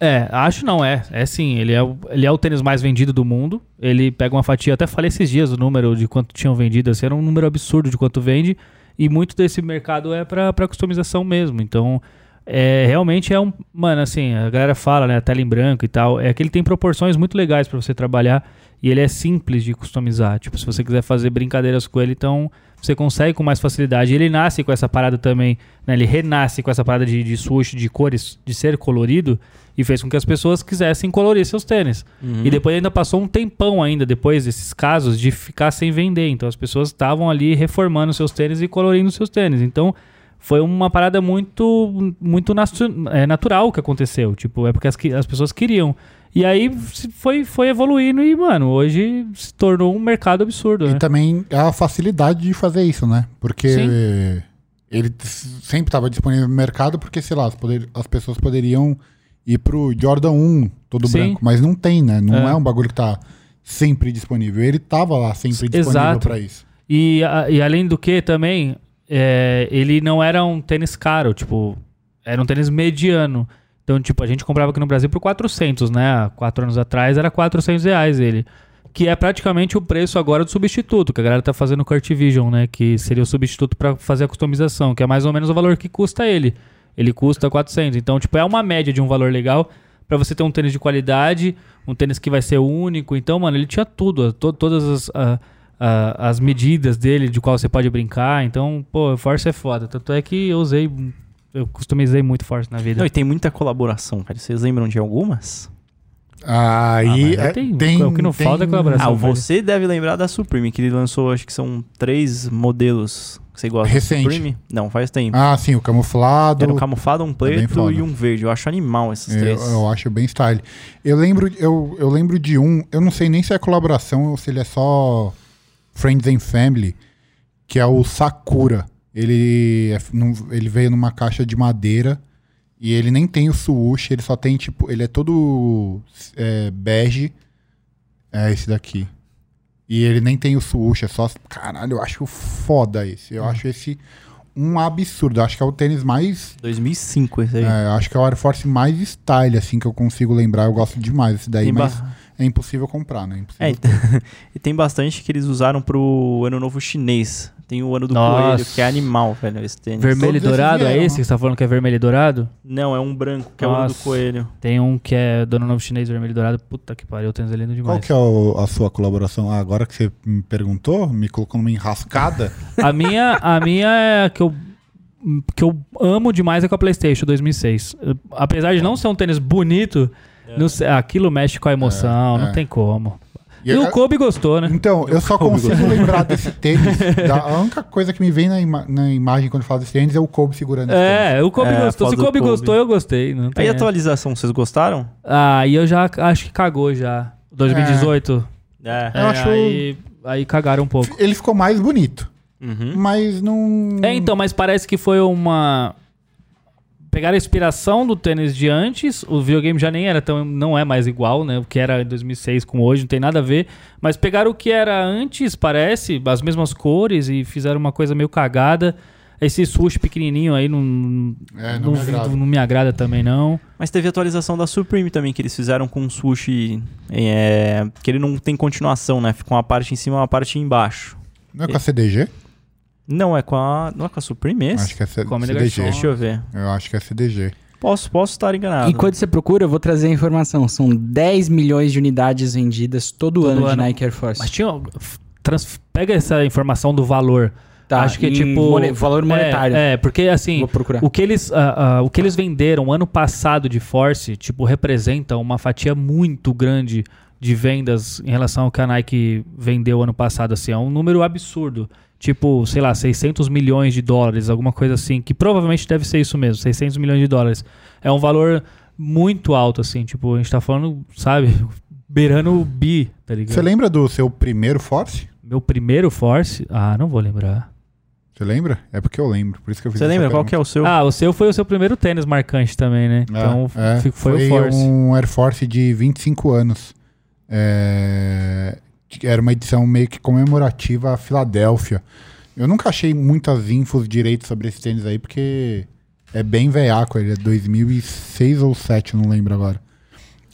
É, acho não, é. É sim, ele é, o- ele é o tênis mais vendido do mundo. Ele pega uma fatia, até falei esses dias o número de quanto tinham vendido, assim, era um número absurdo de quanto vende. E muito desse mercado é pra, pra customização mesmo. Então, é, realmente é um. Mano, assim, a galera fala, né? Tela em branco e tal. É que ele tem proporções muito legais pra você trabalhar. E ele é simples de customizar. Tipo, se você quiser fazer brincadeiras com ele, então você consegue com mais facilidade. Ele nasce com essa parada também, né? Ele renasce com essa parada de, de swoosh, de cores, de ser colorido. E fez com que as pessoas quisessem colorir seus tênis.
Uhum.
Uhum.
E depois ainda passou um tempão ainda, depois desses casos, de ficar sem vender. Então as pessoas estavam ali reformando seus tênis e colorindo seus tênis. Então foi uma parada muito muito natu- é, natural que aconteceu. Tipo, é porque as, que- as pessoas queriam. E aí se- foi, foi evoluindo e, mano, hoje se tornou um mercado absurdo, né?
E também a facilidade de fazer isso, né? Porque ele t- sempre estava disponível no mercado, porque, sei lá, as, poder- as pessoas poderiam ir pro Jordan 1 todo
Sim.
branco, mas não tem, né? Não
É.
é, um bagulho que tá sempre disponível. Ele tava lá sempre disponível
Exato.
para isso.
E, a- e além do que também, é, ele não era um tênis caro, tipo, era um tênis mediano. Então, tipo, a gente comprava aqui no Brasil por 400, né? Há quatro anos atrás era 400 reais ele. Que é praticamente o preço agora do substituto, que a galera tá fazendo Curt Vision, né? Que seria o substituto para fazer a customização, que é mais ou menos o valor que custa ele. Ele custa 400. Então, tipo, é uma média de um valor legal para você ter um tênis de qualidade, um tênis que vai ser único. Então, mano, ele tinha tudo, a- to- todas as, a- a- as medidas dele, de qual você pode brincar. Então, pô, Force é foda. Tanto é que eu usei, eu customizei muito Force na vida.
Não, e tem muita colaboração, cara. Vocês lembram de algumas?
Aí
Ah, mas aí
é,
tem-
tem,
o que não falta é colaboração. São
Ah, você deve lembrar da Supreme, que ele lançou, acho que são três modelos que você gosta.
Recente.
Supreme? Não, faz tempo.
Ah, sim, o camuflado.
Era um camuflado, um
bem
preto
foda.
e um verde. Eu acho animal esses
Eu,
três.
eu acho bem style. Eu lembro, eu, eu lembro de um, eu não sei nem se é colaboração ou se ele é só Friends and Family, que é o Sakura. Ele, é f- num- ele veio numa caixa de madeira e ele nem tem o swoosh, ele só tem tipo, ele é todo é, bege. É esse daqui. E ele nem tem o swoosh, é só. Caralho, eu acho foda esse. Eu acho esse um absurdo. Eu acho que é o tênis mais
2005 esse aí.
é, eu acho que é o Air Force mais style, assim, que eu consigo lembrar. Eu gosto demais desse daí,
Tem ba-
mas é impossível comprar, né? É impossível.
É, então- e tem bastante que eles usaram pro Ano Novo Chinês. Tem o Ano do
Nossa.
Coelho, que é animal, velho, esse tênis.
Vermelho e
Todos esses
dourado, é
vieram,
esse que você tá falando que é vermelho e dourado?
Não, é um branco, que é o Ano do
Nossa.
Coelho.
Tem um que é Dono Novo Chinês, vermelho e dourado. Puta que pariu, o tênis ele é lindo
Qual
demais.
que é o- a sua colaboração? Ah, agora que você me perguntou, me colocou numa enrascada.
A minha, a minha é a que eu que eu amo demais é com a PlayStation 2006. Eu- É. Apesar de não ser um tênis bonito, não sei- aquilo mexe com a emoção,
É,
não
é.
tem como. E, o Kobe gostou, né?
Então, eu só consigo lembrar desse tênis. da- a única coisa que me vem na, ima- na imagem quando fala desse tênis é o Kobe segurando esse tênis.
É, o Kobe
É, a
gostou. Se
foto
o
do
Kobe,
Kobe.
gostou, eu gostei. Não tem
Aí a
essa.
atualização, vocês gostaram?
Ah, e eu já acho que cagou já. 2018.
É.
Eu acho-
aí, aí cagaram um pouco.
Ele ficou mais bonito,
Uhum.
mas não.
É, então, mas parece que foi uma. Pegaram a inspiração do tênis de antes, o videogame já nem era tão. não é mais igual, né? O que era em 2006 com hoje, não tem nada a ver. Mas pegaram o que era antes, parece, as mesmas cores e fizeram uma coisa meio cagada. Esse sushi pequenininho aí não.
É, não me agrada.
não me agrada também, não.
Mas teve atualização da Supreme também, que eles fizeram com o sushi. é, que ele não tem continuação, né? Fica uma parte em cima e uma parte embaixo.
Não é com a CDG?
Não, é com a. Não é com a Supreme esse?
Acho que é C-
Come the
CDG.
garçom.
Deixa eu ver.
Eu acho que é CDG.
Posso, posso estar enganado.
Enquanto você procura, eu vou trazer a informação. São 10 milhões de unidades vendidas todo, ano, de
ano.
Nike Air Force.
Mas tinha. trans- pega essa informação do valor.
Tá,
Acho que é
em
tipo.
mone- valor monetário.
É, é, porque assim.
Vou procurar.
O que, eles, ah, ah, o que eles venderam ano passado de Force, tipo, representa uma fatia muito grande de vendas em relação ao que a Nike vendeu ano passado. Assim, é um número absurdo. Tipo, sei lá, 600 milhões de dólares, alguma coisa assim, que provavelmente deve ser isso mesmo, 600 milhões de dólares. É um valor muito alto, assim, tipo, a gente tá falando, sabe, beirando o bi, tá ligado?
Você lembra do seu primeiro Force?
Meu primeiro Force? Ah, não vou lembrar.
Você lembra? É porque eu lembro, por isso que eu fiz
Você lembra qual que é o seu?
Ah, o seu foi o seu primeiro tênis marcante também, né? Então fi- foi, o Force.
É, um Air Force de 25 anos. É, que Era uma edição meio que comemorativa à Filadélfia. Eu nunca achei muitas infos direito sobre esse tênis aí, porque é bem veiaco. Ele é 2006 ou 2007, não lembro agora.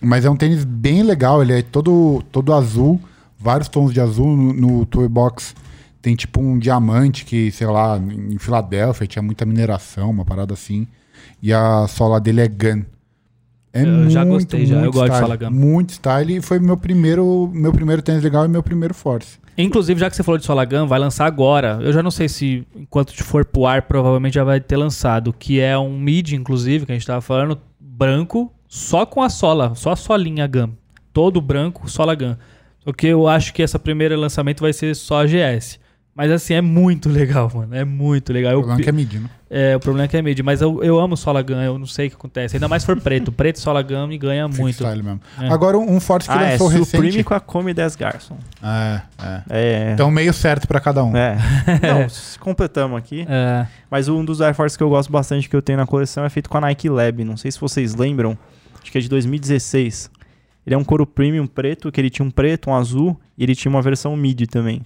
Mas é um tênis bem legal. Ele é todo, todo azul, vários tons de azul. No, no toy box tem tipo um diamante que, sei lá, em Filadélfia tinha muita mineração, uma parada assim. E a sola dele é Gun. É
Eu já gostei, já. Eu gosto de
style,
sola Gun.
Muito style. E foi meu primeiro, meu primeiro tênis legal e meu primeiro Force.
Inclusive, já que você falou de Solagan, vai lançar agora. Eu já não sei se, enquanto te for pro ar, provavelmente já vai ter lançado. Que é um mid, inclusive, que a gente tava falando, branco, só com a sola, só a solinha GAM. Todo branco, sola GAM. Só que eu acho que essa primeira lançamento vai ser só a GS. Mas assim, é muito legal, mano. É muito legal.
O
Eu,
problema é que é medindo.
É, o problema é que é mid, mas eu, eu amo sola GAM, eu não sei o que acontece. Ainda mais se for preto. preto sola GAM me ganha muito.
Style mesmo.
É.
Agora um Force que
Ah, é
lançou
Supreme
recente.
com a Come 10 Garson.
É, é.
É.
Então meio certo pra cada um.
É. Não, s- completamos aqui.
É,
Mas um dos Air Force que eu gosto bastante que eu tenho na coleção é feito com a Nike Lab. Não sei se vocês lembram. Acho que é de 2016. Ele é um couro premium preto, que ele tinha um preto, um azul, e ele tinha uma versão mid também.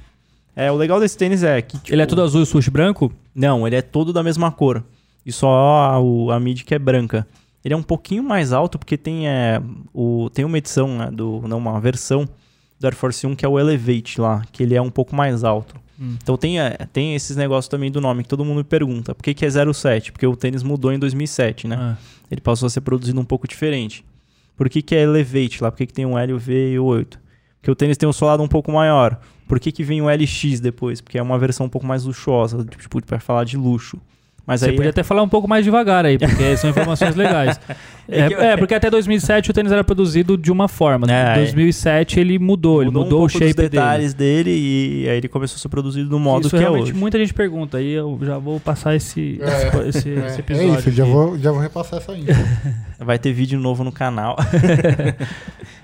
É, o legal desse tênis é que. tipo,
Ele é todo azul e sushi branco?
Não, ele é todo da mesma cor. E só a, o- a mid que é branca. Ele é um pouquinho mais alto porque tem, é, o, tem uma edição, né, do, não, uma versão do Air Force 1 que é o Elevate lá, que ele é um pouco mais alto.
Hum.
Então tem, é, tem esses negócios também do nome que todo mundo me pergunta. Por que, que é 07? Porque o tênis mudou em 2007, né?
Ah.
Ele passou a ser produzido um pouco diferente. Por que, que é Elevate lá? Por que, que tem um L, o V e o 8? Porque o tênis tem um solado um pouco maior. Por que, que vem o LX depois? Porque é uma versão um pouco mais luxuosa, tipo, pra falar de luxo. Mas
Você
aí é.
podia até falar um pouco mais devagar aí, porque são informações legais. É,
É que eu-
é, porque até 2007 o tênis era produzido de uma forma.
É,
Em
é.
2007 ele mudou, ele mudou
um
o
pouco dos
shape dele.
detalhes dele. e aí ele começou a ser produzido do modo
Isso
que é
realmente
hoje.
muita gente pergunta, aí eu já vou passar esse,
É.
esse,
É,
esse
é
episódio.
isso, já
aqui.
vou, já vou repassar essa info.
Vai ter vídeo novo no canal.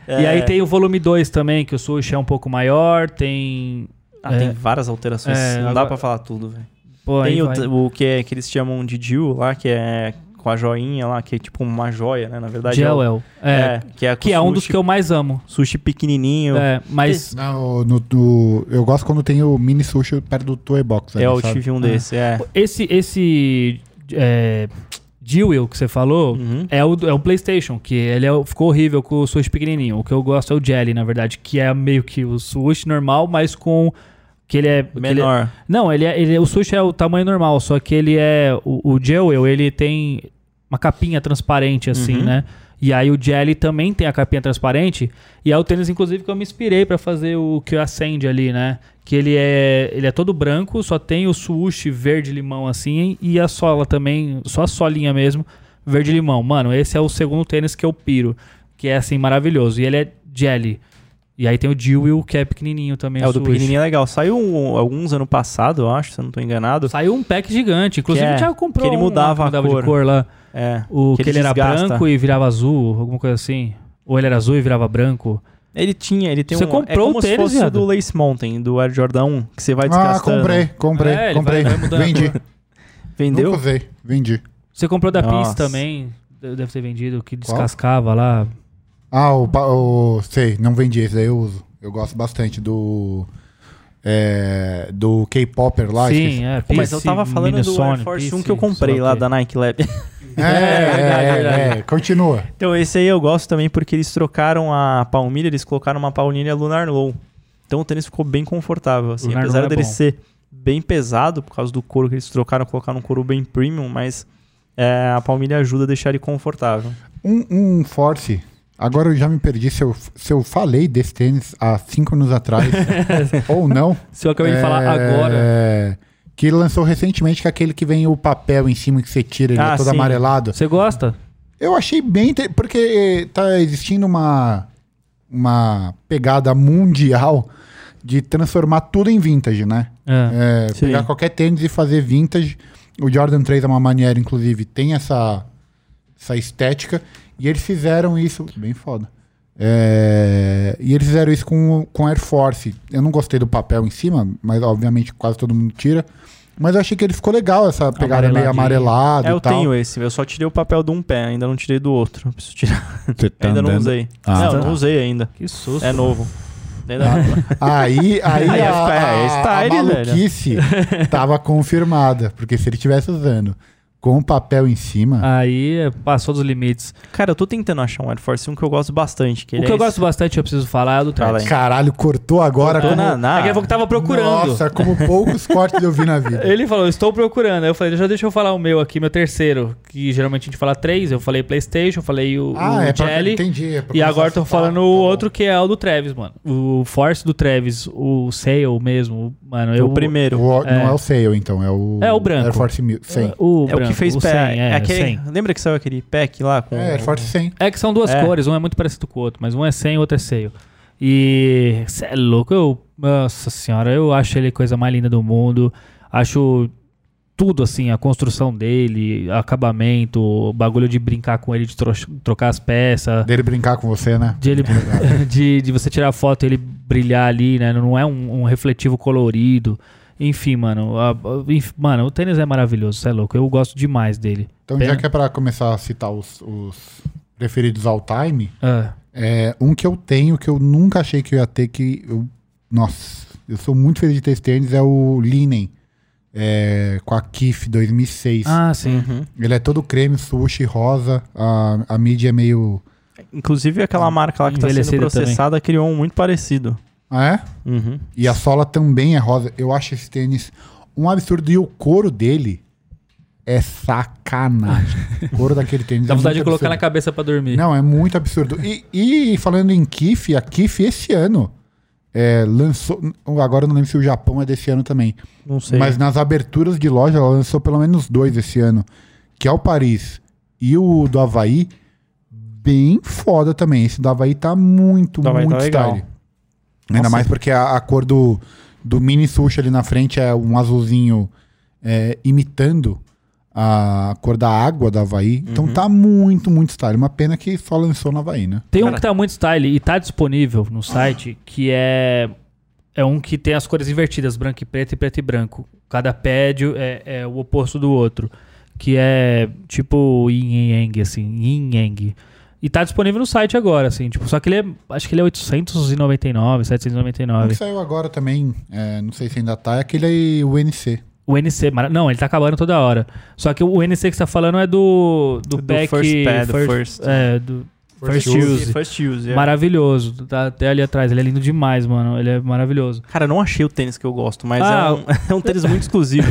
E aí
É,
tem o volume 2 também, que o sushi é um pouco maior, tem.
ah,
é.
tem várias alterações.
É,
não dá
agora-
pra falar tudo, velho.
Pô, aí
Tem
vai.
o, o que, é, que eles chamam de Jill lá, que é com a joinha lá, que é tipo uma joia, né? Na verdade. é o-
Jewel. É,
É, que é, com
que é um dos
sushi-
que eu mais amo.
Sushi pequenininho.
É, mas
Não, no- no- eu gosto quando tem o mini sushi perto do Toy Box. ali,
É, eu
sabe?
tive um desse, é.
esse. esse é, Jewel que você falou,
Uhum.
É o, é o PlayStation, que ele é o- ficou horrível com o sushi pequenininho. O que eu gosto é o Jelly, na verdade, que é meio que o sushi normal, mas com. Que ele é. que ele é-
Menor.
não, ele é, ele é- o sushi é o tamanho normal, só que ele é. O, o Jewel, ele tem uma capinha transparente, assim,
Uhum.
né? E aí o Jelly também tem a capinha transparente. E é o tênis, inclusive, que eu me inspirei pra fazer o que acende ali, né? Que ele é, ele é todo branco, só tem o sushi verde-limão, assim, e a sola também, só a solinha mesmo, verde-limão. Mano, esse é o segundo tênis que eu piro, que é, assim, maravilhoso. E ele é Jelly. E aí tem o Dewey, que é pequenininho também.
É, o do
sushi.
pequenininho é legal. Saiu um- alguns anos passado, eu acho, se eu não tô enganado.
Saiu um pack gigante. Inclusive
Que é,
o Thiago comprou
que ele
um lá
mudava
que
a
mudava
cor.
de cor lá.
É.
O
Que
que,
ele
ele era
desgasta.
branco e virava azul, alguma coisa assim. Ou ele era azul e virava branco.
Ele tinha, ele tem
Você
um... é
comprou
como
o
se
tênis,
fosse o
viado?
do Lace Mountain, do Air Jordan 1, que você vai
Ah,
desgastando.
comprei, comprei,
É, ele
comprei.
vai- vai mudando a
Vendi. Nunca
Vendeu?
usei, vendi.
Você comprou da
Nossa.
Peace também, de- deve ter vendido, que
Qual?
descascava lá.
Ah, o, pa- o. Sei, não vendi, esse daí eu uso. Eu gosto bastante do. é, do K-Popper lá. esqueci.
Sim, é, Peace,
Mas eu tava falando do Air
Minnesota,
Force 1
Peace,
que eu comprei
sei
lá
o quê.
da Nike Lab.
É, é, é, é, continua.
Então, esse aí eu gosto também porque eles trocaram a palmilha, eles colocaram uma palmilha Lunar Low. Então o tênis ficou bem confortável, assim.
Lunar
apesar
Low é
dele
bom.
ser bem pesado, por causa do couro que eles trocaram, colocaram um couro bem premium, mas é, a palmilha ajuda a deixar ele confortável.
Um, um Force. Agora eu já me perdi se eu, se eu falei desse tênis há cinco anos atrás ou não.
Se eu acabei
É,
de falar agora.
Que lançou recentemente, que é aquele que vem o papel em cima que você tira, ele
Ah,
é todo
sim.
amarelado.
Você gosta?
Eu achei bem. inter- Porque tá existindo uma, uma pegada mundial de transformar tudo em vintage, né?
É.
É,
Sim.
pegar qualquer tênis e fazer vintage. O Jordan 3 é uma maneira, inclusive, tem essa, essa estética. E eles fizeram isso. Bem foda. É, e eles fizeram isso com, com Air Force. Eu não gostei do papel em cima, mas obviamente quase todo mundo tira. Mas eu achei que ele ficou legal, essa pegada meio
Amareladinho.
amarelada
É,
e
eu
tal.
tenho esse, eu só tirei o papel de um pé, ainda não tirei do outro. Eu Preciso tirar.
Você tá
ainda não
andando-
usei.
Ah,
não,
tá.
não usei ainda.
Que susto.
É novo.
Ah.
Ainda
Aí,
Aí
aí, a,
é- é
a- a
style, velho.
maluquice tava confirmada. Porque se ele tivesse usando com o papel em cima,
Aí é, passou dos limites.
Cara, eu tô tentando achar um Air Force 1 que eu gosto bastante.
O
Que ele
que
é
eu gosto bastante, eu preciso falar, é do
Fala
Travis.
aí.
caralho, cortou agora
esse...
como
na, na...
É que eu tava procurando.
Nossa, como poucos cortes eu vi na vida.
Ele falou, estou procurando. Aí eu falei, já deixa eu falar o meu aqui, meu terceiro. Que geralmente a gente fala três. Eu falei Playstation, eu falei o, o
Ah, é, pra-
Jelly.
entendi.
E
é pra começar
agora
a
eu tô
citar,
falando
tá
o
bom.
outro que é o do Travis, mano. O Force do Travis, o Sale mesmo. Mano, eu.
O primeiro.
O-
É.
Não é o Fail, então. É o,
É o branco.
Air Force 1000, 100.
O,
é o que fez
pé.
pé.
é,
é aquele-
100.
Lembra que saiu aquele pack lá com. assim?
É, Air Force 100.
É que são duas
É.
cores, um é muito parecido com o outro, mas um é 100 e o outro é Sale. E. Cê é louco, eu. Nossa senhora, eu acho ele a coisa mais linda do mundo. Acho tudo assim, a construção dele, acabamento, o bagulho de brincar com ele, de tro- trocar as peças.
Dele brincar com você, né?
De, ele, de, de você tirar a foto e ele brilhar ali, né? Não é um, um refletivo colorido. Enfim, mano. a- a- enf- mano, o tênis é maravilhoso, você é louco. Eu gosto demais dele.
Então,
Pena.
já que é pra começar a citar os, os preferidos all time,
Ah,
é um que eu tenho que eu nunca achei que eu ia ter, que eu. Nossa, eu sou muito feliz de ter esse tênis, é o Linen. é, com a Kif 2006.
Ah, sim.
Uhum.
Ele é todo creme, sushi, rosa. A, a mídia é meio.
Inclusive
Uhum.
aquela marca lá que tá sendo
Envelhecida
processada criou um muito parecido.
Ah, é?
Uhum.
E a sola também é rosa. Eu acho esse tênis um absurdo. E o couro dele é sacanagem. o couro daquele tênis
Dá
é
vontade de
muito
colocar na
absurdo.
cabeça pra dormir.
Não, é muito absurdo. E, e falando em Kif, a Kif esse ano é, lançou. Agora eu não lembro se o Japão é desse ano também.
Não sei.
Mas nas aberturas de loja, ela lançou pelo menos dois esse ano. Que é o Paris e o do Havaí. Bem foda também. Esse do Havaí tá muito,
Do Havaí tá
muito
legal.
style. Ainda
Nossa.
mais porque a, a cor do, do mini sushi ali na frente é um azulzinho é, imitando a cor da água do Havaí. Então
Uhum.
tá muito, muito style. Uma pena que só lançou no Havaí, né?
Tem um
Cara.
que tá muito style e tá disponível no site, que é. É um que tem as cores invertidas, branco e preto e preto e branco. Cada pédio é, é o oposto do outro. Que é tipo yin e yang, assim, yin e yang. E tá disponível no site agora, assim, tipo, só que ele é, acho que ele é 899,
Um que
799.
saiu agora também, é, não sei se ainda tá, é aquele aí, o NC.
O NC, mara- não, ele tá acabando toda hora. Só que o NC que você tá falando é do do,
Do
pack
first pad,
first,
first-
é, do first, use.
First use, é.
Maravilhoso. Tá até ali atrás. Ele é lindo demais, mano. Ele é maravilhoso.
Cara, eu não achei o tênis que eu gosto, mas
Ah,
é, um, é um tênis muito exclusivo.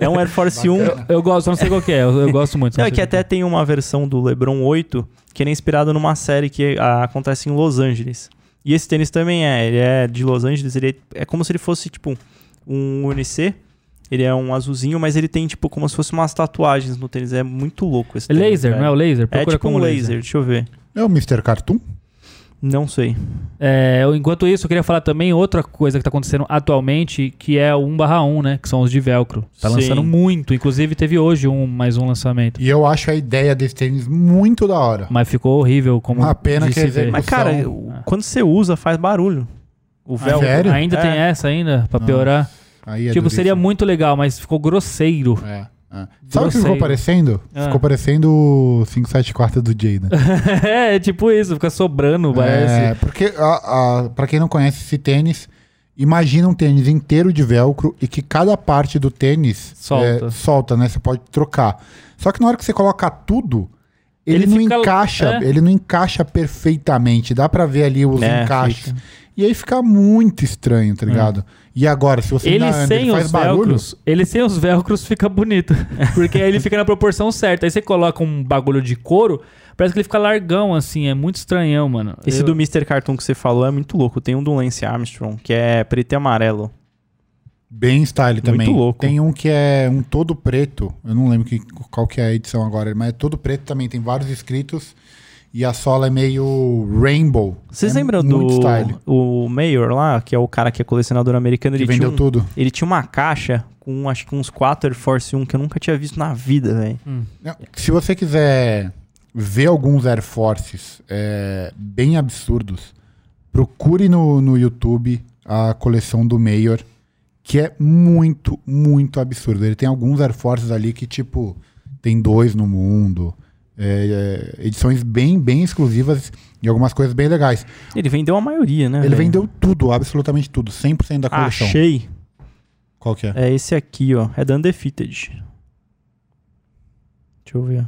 é um Air Force 1.
Bacana.
Eu gosto, eu não sei qual que é. Eu, eu gosto muito.
Não,
não
é
sei
que
qual
até tem uma versão do LeBron 8 que ele é inspirado numa série que ah, acontece em Los Angeles. E esse tênis também é, ele é de Los Angeles, ele é, é como se ele fosse tipo um UNC. Ele é um azulzinho, mas ele tem tipo como se fosse umas tatuagens no tênis. É muito louco esse
é.
tênis.
Laser,
velho.
não é o laser?
É
Procura
tipo
como
um laser, deixa eu ver.
É o Mr. Cartoon?
Não sei.
É, eu- enquanto isso, eu queria falar também outra coisa que tá acontecendo atualmente, que é o 1/1, né? Que são os de velcro. Tá
Sim.
lançando muito. Inclusive, teve hoje um mais um lançamento.
E eu acho a ideia desse tênis muito da hora.
Mas ficou horrível como.
Uma pena
de
que
se
eles-
ver.
Mas,
Discussão.
cara, o- quando você usa, faz barulho. O
Ah,
véu.
sério?
Ainda
É.
tem essa ainda, pra piorar.
Aí é
tipo, seria
duríssimo.
muito legal, mas ficou grosseiro.
É, é. Sabe o que ficou
Grosseiro.
parecendo?
Ah.
Ficou parecendo o 574 do Jaden.
é, tipo isso, fica sobrando,
É,
parece.
porque, a, a, pra quem não conhece esse tênis, imagina um tênis inteiro de velcro e que cada parte do tênis
Solta.
é, solta, né? Você pode trocar. Só que na hora que você coloca tudo, ele,
Ele
não
fica-
encaixa,
é.
ele não encaixa perfeitamente. Dá pra ver ali os
É,
encaixes. E aí fica muito estranho, tá ligado? E agora, se você
Hum. Ele
ainda anda,
sem
ele faz
os
barulho,
velcros, ele sem os velcros fica bonito. Porque aí ele fica na proporção certa. Aí você coloca um bagulho de couro, parece que ele fica largão, assim, é muito estranhão, mano.
Esse
Eu-
do Mr. Cartoon que você falou é muito louco. Tem um do Lance Armstrong, que é preto e amarelo.
bem style também.
louco.
Tem um que é um todo preto. Eu não lembro que, qual que é a edição agora, mas é todo preto também. Tem vários escritos. E a sola é meio rainbow.
Vocês
é
lembram do
muito style.
o Mayor lá, que é o cara que é colecionador americano?
Que
Ele
vendeu
tinha um,
tudo.
Ele tinha uma caixa com acho que uns 4 Air Force 1 que eu nunca tinha visto na vida, velho.
Se você quiser ver alguns Air Forces é, bem absurdos, procure no, no YouTube a coleção do Mayor, que é muito, muito absurdo. Ele tem alguns Air Forces ali que, tipo, tem dois no mundo. é, é, edições bem, bem exclusivas e algumas coisas bem legais.
Ele vendeu a maioria, né?
Ele
velho?
vendeu tudo, absolutamente tudo, 100% da coleção.
Achei.
Qual que é?
É esse aqui, ó. É da Undefeated. Deixa eu ver.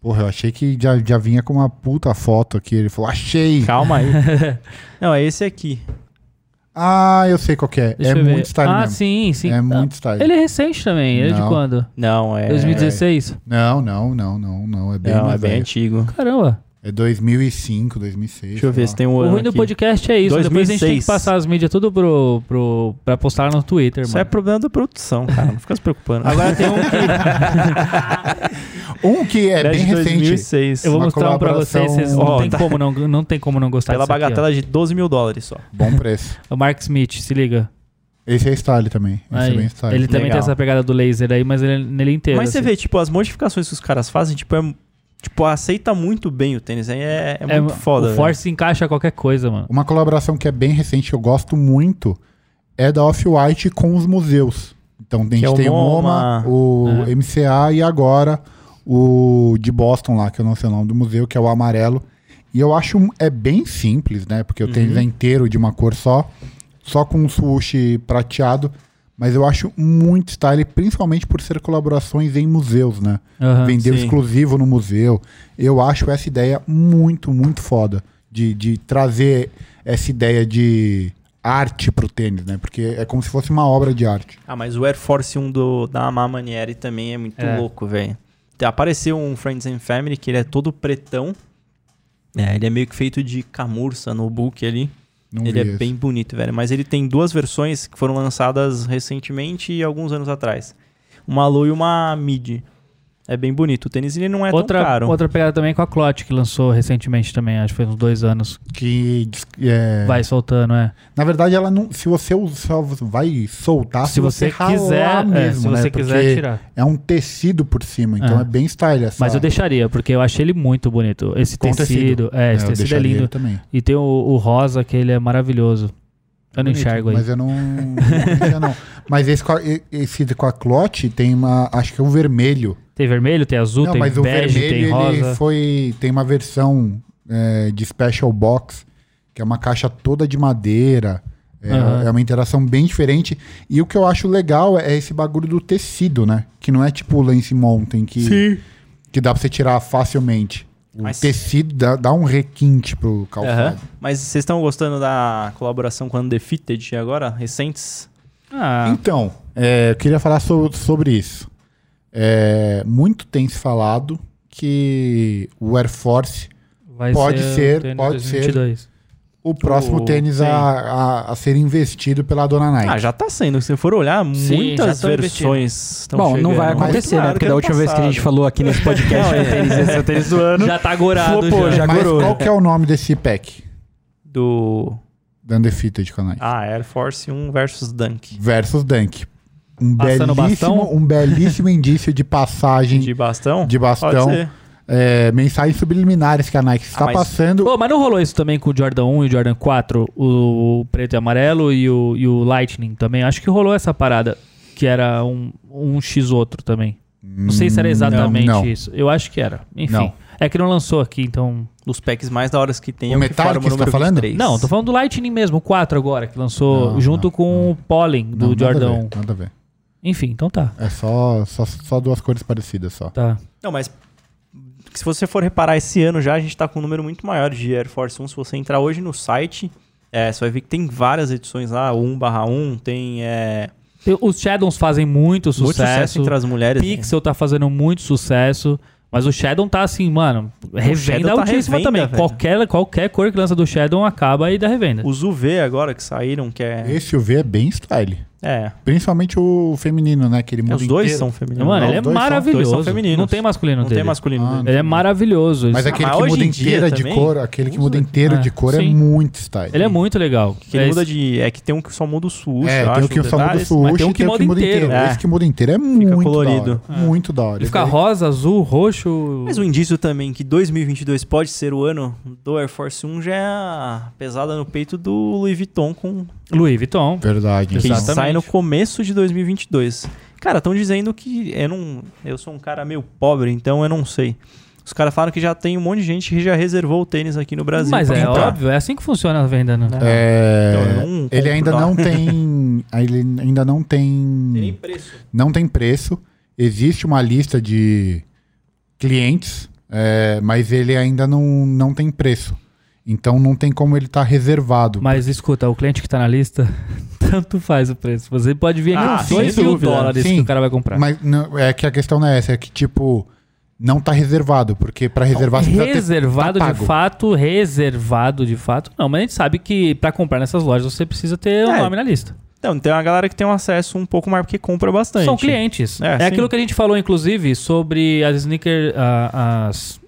Porra, eu achei que já, já vinha com uma puta foto aqui. Ele falou, achei!
Calma aí. Não, é esse aqui.
Ah, eu sei qual que é.
Deixa
é
eu ver.
muito style
Ah,
mesmo.
sim, sim.
É muito style.
Ele é recente também, ele é de
Não.
quando?
Não, é.
2016?
Não, não, não, não, não. É bem
Não, é
mais
bem
velho.
antigo.
Caramba.
É 2005, 2006.
Deixa eu ver
sei
se
lá.
tem um
o
ano
ruim do
aqui.
podcast é isso. Depois a gente tem
2006.
que passar as mídias tudo pro, pro, pra postar no Twitter,
Isso é
mano.
problema da produção, cara. Não fica se preocupando.
Agora tem um que
Um que é
Ele
bem
de
recente.
2006.
eu vou
Uma
mostrar um pra vocês. vocês não,
colaboração-
tem como não, não tem como não gostar
Pela
disso Tá aqui, ó. É
bagatela de 12 mil dólares só.
Bom preço.
O Mark Smith, se liga.
Esse é style também. Esse
Aí.
é bem style.
ele também tem
Legal.
essa pegada do laser aí, mas ele é nele inteiro.
Mas você
assim.
vê, tipo, as modificações que os caras fazem, tipo, é. Tipo, aceita muito bem o tênis. aí É, é muito
O
foda. velho.
Force encaixa qualquer coisa, mano.
Uma colaboração que é bem recente, que eu gosto muito, é da Off-White com os museus. Então a gente
é o
tem o
MoMA, né?
MoMA, o
é.
MCA e agora o de Boston lá, que eu não sei o nome do museu, que é o amarelo. E eu acho um- é bem simples, né? Porque o
Uhum.
tênis é inteiro de uma cor só, só com um swoosh prateado. Mas eu acho muito style, principalmente por ser colaborações em museus, né?
Aham.
vendeu
sim.
exclusivo no museu. Eu acho essa ideia muito, muito foda. De, de trazer essa ideia de arte pro tênis, né? Porque é como se fosse uma obra de arte.
Ah, mas o Air Force 1 do, da Amar Manieri também é muito
É.
louco, velho. Te- Apareceu um Friends and Family que ele é todo pretão. É, ele é meio que feito de camurça no book ali.
Não
ele é
vi esse.
bem bonito, velho. Mas ele tem duas versões que foram lançadas recentemente e alguns anos atrás. Uma low e uma mid. É bem bonito. O tênis ele não é tão
outra,
caro.
outra pegada também é com a Clot, que lançou recentemente também, acho que foi uns dois anos.
Que diz- é...
Vai soltando, é.
Na verdade, ela não. Se você usar, vai soltar, se,
se você
ralar
quiser, é, se
mesmo,
você quiser
né? Porque
tirar.
É um tecido por cima, então é,
É.
bem style essa.
Mas eu deixaria, porque eu achei ele muito bonito. Esse
Com
tecido, é, esse
eu
tecido é
deixaria ele
lindo.
também.
E tem o, o rosa, que ele é maravilhoso. Eu não
Bonito,
enxergo aí.
Mas eu não. não conhecia, não. Mas esse, com a- esse com a clote tem uma. Acho que é um vermelho.
Tem vermelho, tem azul,
Não,
tem
mas o
bege,
vermelho
tem
ele
rosa.
foi. Tem uma versão é, de special box, que é uma caixa toda de madeira. É,
Aham.
é uma interação bem diferente. E o que eu acho legal é esse bagulho do tecido, né? Que não é tipo o Lance Mountain, que, que dá pra você tirar facilmente. O
Mas-
tecido dá, dá um requinte pro
Aham.
calçado.
Mas vocês estão gostando da colaboração com a Undefeated agora? Recentes?
Ah,
Então, é, eu queria falar so- sobre isso. É, muito tem se falado que o Air Force
vai
pode ser,
o TN
pode ser.
2022.
o próximo
O-
tênis a,
sim.
a- a ser investido pela dona Nike.
Ah, já tá sendo. Se for olhar,
Sim, já
muitas
tão
versões estão
Bom, não
chegando.
é
vai
um
Mas
acontecer,
claro
né? Porque
que
da
ano
última vez que a
passado.
gente falou aqui nesse podcast,
Não, é.
é. esse é o tênis do ano.
Ah,
Já tá gorado.
Flopou,
já.
já.
né?
Mas
gorou.
qual que é o nome desse pack?
do.
da Undefeated Canais.
Ah, Air Force 1 versus Dunk.
Versus Dunk. Um
Passando
belíssimo,
bastão?
um belíssimo indício de passagem
De bastão?
de bastão.
Pode ser. Ah,
É, mensagens subliminares que a Nike está
mas-
passando.
Pô, mas não rolou isso também com o Jordan 1 e o Jordan 4, o preto e amarelo e o, e o Lightning também? Acho que rolou essa parada, que era um, um X outro também. Não sei se era exatamente
Hum, não.
isso. Eu acho que era. Enfim.
Não.
É que não lançou aqui, então.
Dos packs mais da horas que tem.
O
é que
Metallic
forma o
que você tá
número
falando?
23.
Não, tô falando do Lightning mesmo, o 4 agora, que lançou
Não,
junto
não,
com o Pollen do
Não, nada a
Jordan
ver,
1.
Nada a ver.
Enfim, então tá.
É só, só, só duas cores parecidas só.
Então,
Tá.
Não, mas se você for reparar esse ano já, a gente tá com um número muito maior de Air Force 1. Se você entrar hoje no site, é, você vai ver que tem várias edições lá, 1 barra 1, tem é,
Tem- Os Shadows fazem muito
muito sucesso
sucesso.
entre as mulheres. né?
Pixel tá fazendo muito sucesso. Mas o Shadow tá assim, mano, revenda
Shadow tá
altíssima
revenda,
também.
velho.
Qualquer, qualquer cor que lança do Shadow acaba e dá revenda.
Os UV agora que saíram, que é...
Esse UV é bem style.
É,
Principalmente o feminino, né? Aquele mundo
os dois
inteiro.
são femininos.
Mano,
Não,
ele é
os dois são-
maravilhoso.
dois são femininos.
Não tem masculino
não
dele.
tem masculino.
Ah,
dele.
Ele é maravilhoso.
Mas
Isso-
aquele
mas
que
hoje
muda
em dia
inteira de
também,
cor, aquele que
usa.
muda inteiro
É,
de cor é
sim.
muito style.
Ele é muito legal.
Que ele
É
muda
esse-
de... É que tem um que só muda o sushi,
É,
eu
tem
acho,
o que
os
só muda o
detalhes,
sushi,
mas tem um
e
que muda inteiro.
É.
Esse que muda inteiro é muito
colorido.
Da hora. Muito da hora.
Ele fica
Esse aí-
rosa, azul, roxo.
Mas um indício também que 2022 pode ser o ano do Air Force 1 já é a pesada no peito do Louis Vuitton com
Louis Vuitton.
Verdade.
que
hein?
Exatamente.
sai no começo de 2022. Cara, estão dizendo que eu não, eu sou um cara meio pobre, então eu não sei. Os caras falaram que já tem um monte de gente que já reservou o tênis aqui no Brasil.
Mas
pra
é
comprar.
óbvio, é assim que funciona a venda, né?
É,
Então, eu não compro
ele ainda
lá.
não tem. Ele ainda não
Hum.
Tem
tem.
preço.
Não tem preço. Existe uma lista de clientes, é, mas ele ainda não, não tem preço. Então não tem como ele estar reservado.
Mas escuta, o cliente que tá na lista, tanto faz o preço. Você pode vir aqui
Ah,
com
sem
2 mil
dúvida.
dólares
Sim.
que o cara vai comprar.
Mas não- é que a questão não é essa, é que tipo, não tá reservado, porque pra reservar você precisa ter.
reservado
tá
de
pago.
fato, reservado de fato. Não, mas a gente sabe que pra comprar nessas lojas você precisa ter o
É,
nome na lista.
Então, tem uma galera que tem um acesso um pouco mais porque compra bastante.
São clientes.
É,
É,
sim.
aquilo que a gente falou, inclusive, sobre as sneaker. ah, as,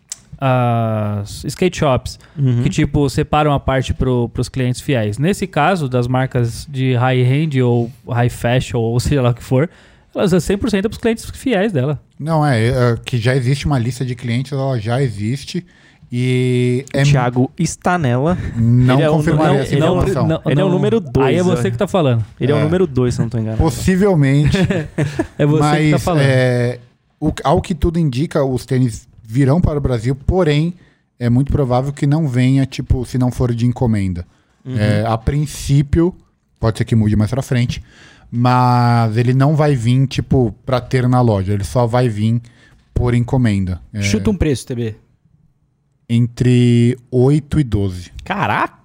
as skate shops.
Uhum.
Que, tipo, separam a parte pro, pros clientes fiéis. Nesse caso, das marcas de high-end ou high fashion, ou seja lá o que for, elas é 100% pros clientes fiéis dela.
Não, é, é que já existe uma lista de clientes, ela já existe. E é
Thiago Stanella.
não
Ele é um-
confirmaria
não-
essa
ele é um-
informação.
Ele é o número dois,
Aí é
olha.
você que tá falando.
Ele é,
É.
o número 2, se eu não tô enganado.
Possivelmente,
É você que tá
mas
falando.
é, o- ao que tudo indica, os tênis virão para o Brasil, porém, é muito provável que não venha, tipo, se não for de encomenda.
Uhum.
É, a princípio, pode ser que mude mais pra frente, mas ele não vai vir, tipo, pra ter na loja. Ele só vai vir por encomenda. É,
Chuta um preço, TB.
Entre 8 e 12
Caraca!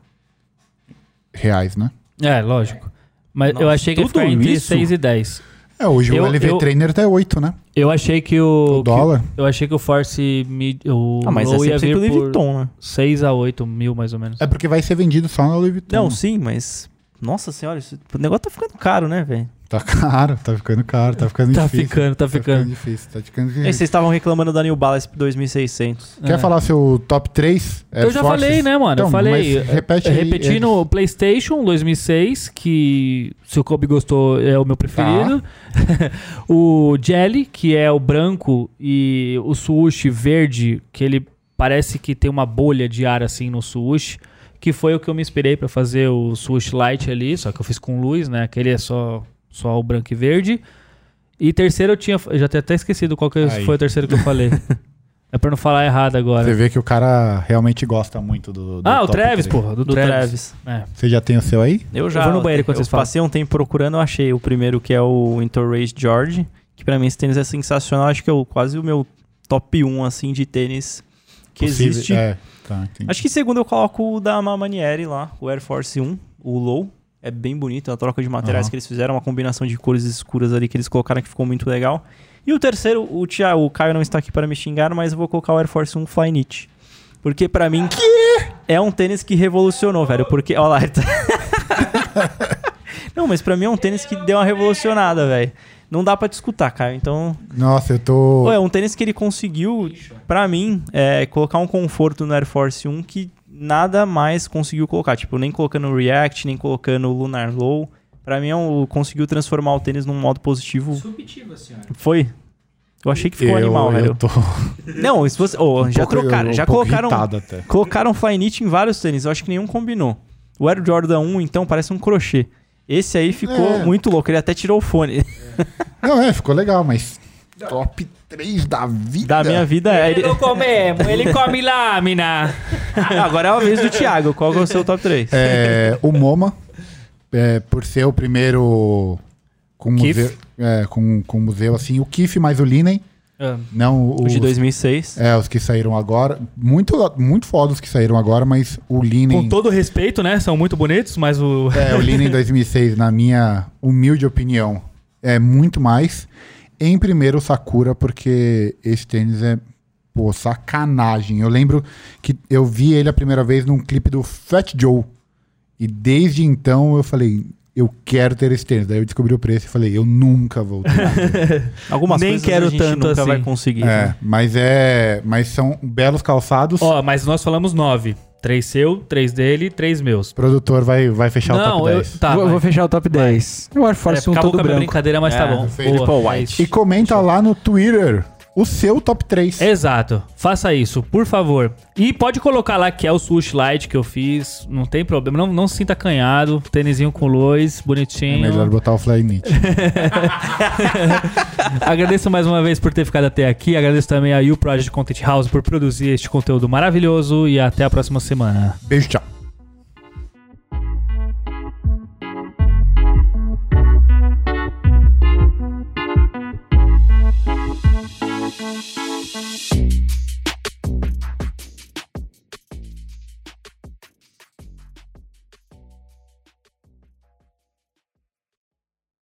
reais, né?
É, lógico. Mas eu
Nossa,
achei que ia
tudo
ficar entre
isso?
6 e 10.
É, hoje
Eu-
o LV
eu-
Trainer tá 8, né?
Eu achei que o.
O dólar.
que- eu achei que o Force Mid. O
Ah, mas
Low
é
ia vir
sempre o Louis
por
Vuitton, né?
6 a 8 mil, mais ou menos.
É porque vai ser vendido só na Louis Vuitton.
Não, sim, mas... Nossa senhora, isso- o negócio tá ficando caro, né, velho?
Tá caro, tá ficando caro, tá ficando
tá
difícil.
ficando, tá
Tá ficando
ficando.
difícil, tá ficando
E Vocês
difícil.
estavam reclamando da New Balance por 2.600.
Quer
É.
falar seu top É 3?
É
Eu já falei, né, mano?
Então,
eu falei.
Então,
é
repete aí,
Repetindo,
é.
o PlayStation 2006, que se o Kobe gostou é o meu preferido.
Tá.
o Jelly, que é o branco, e o sushi verde, que ele parece que tem uma bolha de ar assim no sushi. Que foi o que eu me inspirei pra fazer o sushi light ali, só que eu fiz com luz, né? Aquele é só, só o branco e verde. E terceiro eu tinha. Eu já tinha até esquecido qual que
Aí.
foi o terceiro que eu falei. é pra não falar errado agora.
Você vê que o cara realmente gosta muito do. do
Ah, o
top
Travis,
três.
porra, do,
Do
Travis.
Travis.
É.
Você já tem o seu aí?
Eu já
vou no banheiro enquanto
eu
vocês falam.
passei um tempo procurando, eu achei o primeiro que é o Interrace George, que pra mim esse tênis é sensacional, acho que é o, quase o meu top 1 assim de tênis que
Possível-
existe.
É, tá, entendi.
Acho que em segundo eu coloco o da Mamanieri lá, o Air Force 1, o Low. É bem bonito, a troca de materiais
Aham.
que eles fizeram, uma combinação de cores escuras ali que eles colocaram que ficou muito legal. E o terceiro, o, Tia, o Caio não está aqui para me xingar, mas eu vou colocar o Air Force 1 Flyknit. Porque pra mim é um tênis que revolucionou, velho. Porque, olha lá, ele tá- Não, mas pra mim é um tênis que deu uma revolucionada, velho. Não dá pra discutir, Caio. Então,
Nossa, eu tô.
Pô, é um tênis que ele conseguiu, pra mim, é, colocar um conforto no Air Force 1 que nada mais conseguiu colocar. Tipo, nem colocando o React, nem colocando o Lunar Low. Pra mim, é um- conseguiu transformar o tênis num modo positivo.
Subjetivo, assim, ó.
Foi? Eu achei que
um
ficou
eu,
animal,
eu
velho.
Tô um
Não, se você. Ô, já
pouco-
trocaram,
eu-
já
um pouco
colocaram.
irritado até.
Colocaram Flyknit em vários tênis, eu acho que nenhum combinou. O Air Jordan 1, então, parece um crochê. Esse aí ficou
É.
muito louco, ele até tirou o fone.
Não, é, ficou legal, mas top 3 da vida.
Da minha vida é.
Ele
Ele...
não comemos, ele come lâmina.
Agora é a vez do Thiago, qual que é o seu top 3?
É, o MoMA, é, por ser o primeiro com
Kif.
museu, é, com, com museu assim, o Kif mais o Linen,
Ah,
não
O
os,
de 2006.
é, os que saíram agora, muito muito foda os que saíram agora, mas o
Com
Linen,
todo respeito, né? São muito bonitos, mas o.
é, o Linen 2006 na minha humilde opinião é muito mais. Em primeiro o Sakura porque esse tênis é pô, sacanagem. Eu lembro que eu vi ele a primeira vez num clipe do Fat Joe. E desde então eu falei, eu quero ter esse tênis. Daí eu descobri o preço e falei, eu nunca vou ter.
Algumas
Nem
coisas
quero
a gente
tanto
nunca
assim.
vai conseguir. né?
é, mas é. Mas são belos calçados.
Ó, mas nós falamos nove. Três seu, três dele, três meus.
O produtor vai, vai fechar o top
eu-
10.
tá.
vou, vou
mas-
fechar o top 10. O Air Force
é,
1
acabou
todo
com a minha
branco.
brincadeira, mas tá
É,
bom.
Felipe
Boa, é
White.
E
isso.
comenta lá no Twitter o seu top 3.
Exato. Faça isso, por favor. E pode colocar lá que é o sushi light que eu fiz. Não tem problema. Não, não se sinta acanhado. Tênisinho com luz,
É
bonitinho.
melhor botar o Flyknit.
Agradeço mais uma vez por ter ficado até aqui. Agradeço também a You Project Content House por produzir este conteúdo maravilhoso. E até a próxima semana.
Beijo, tchau.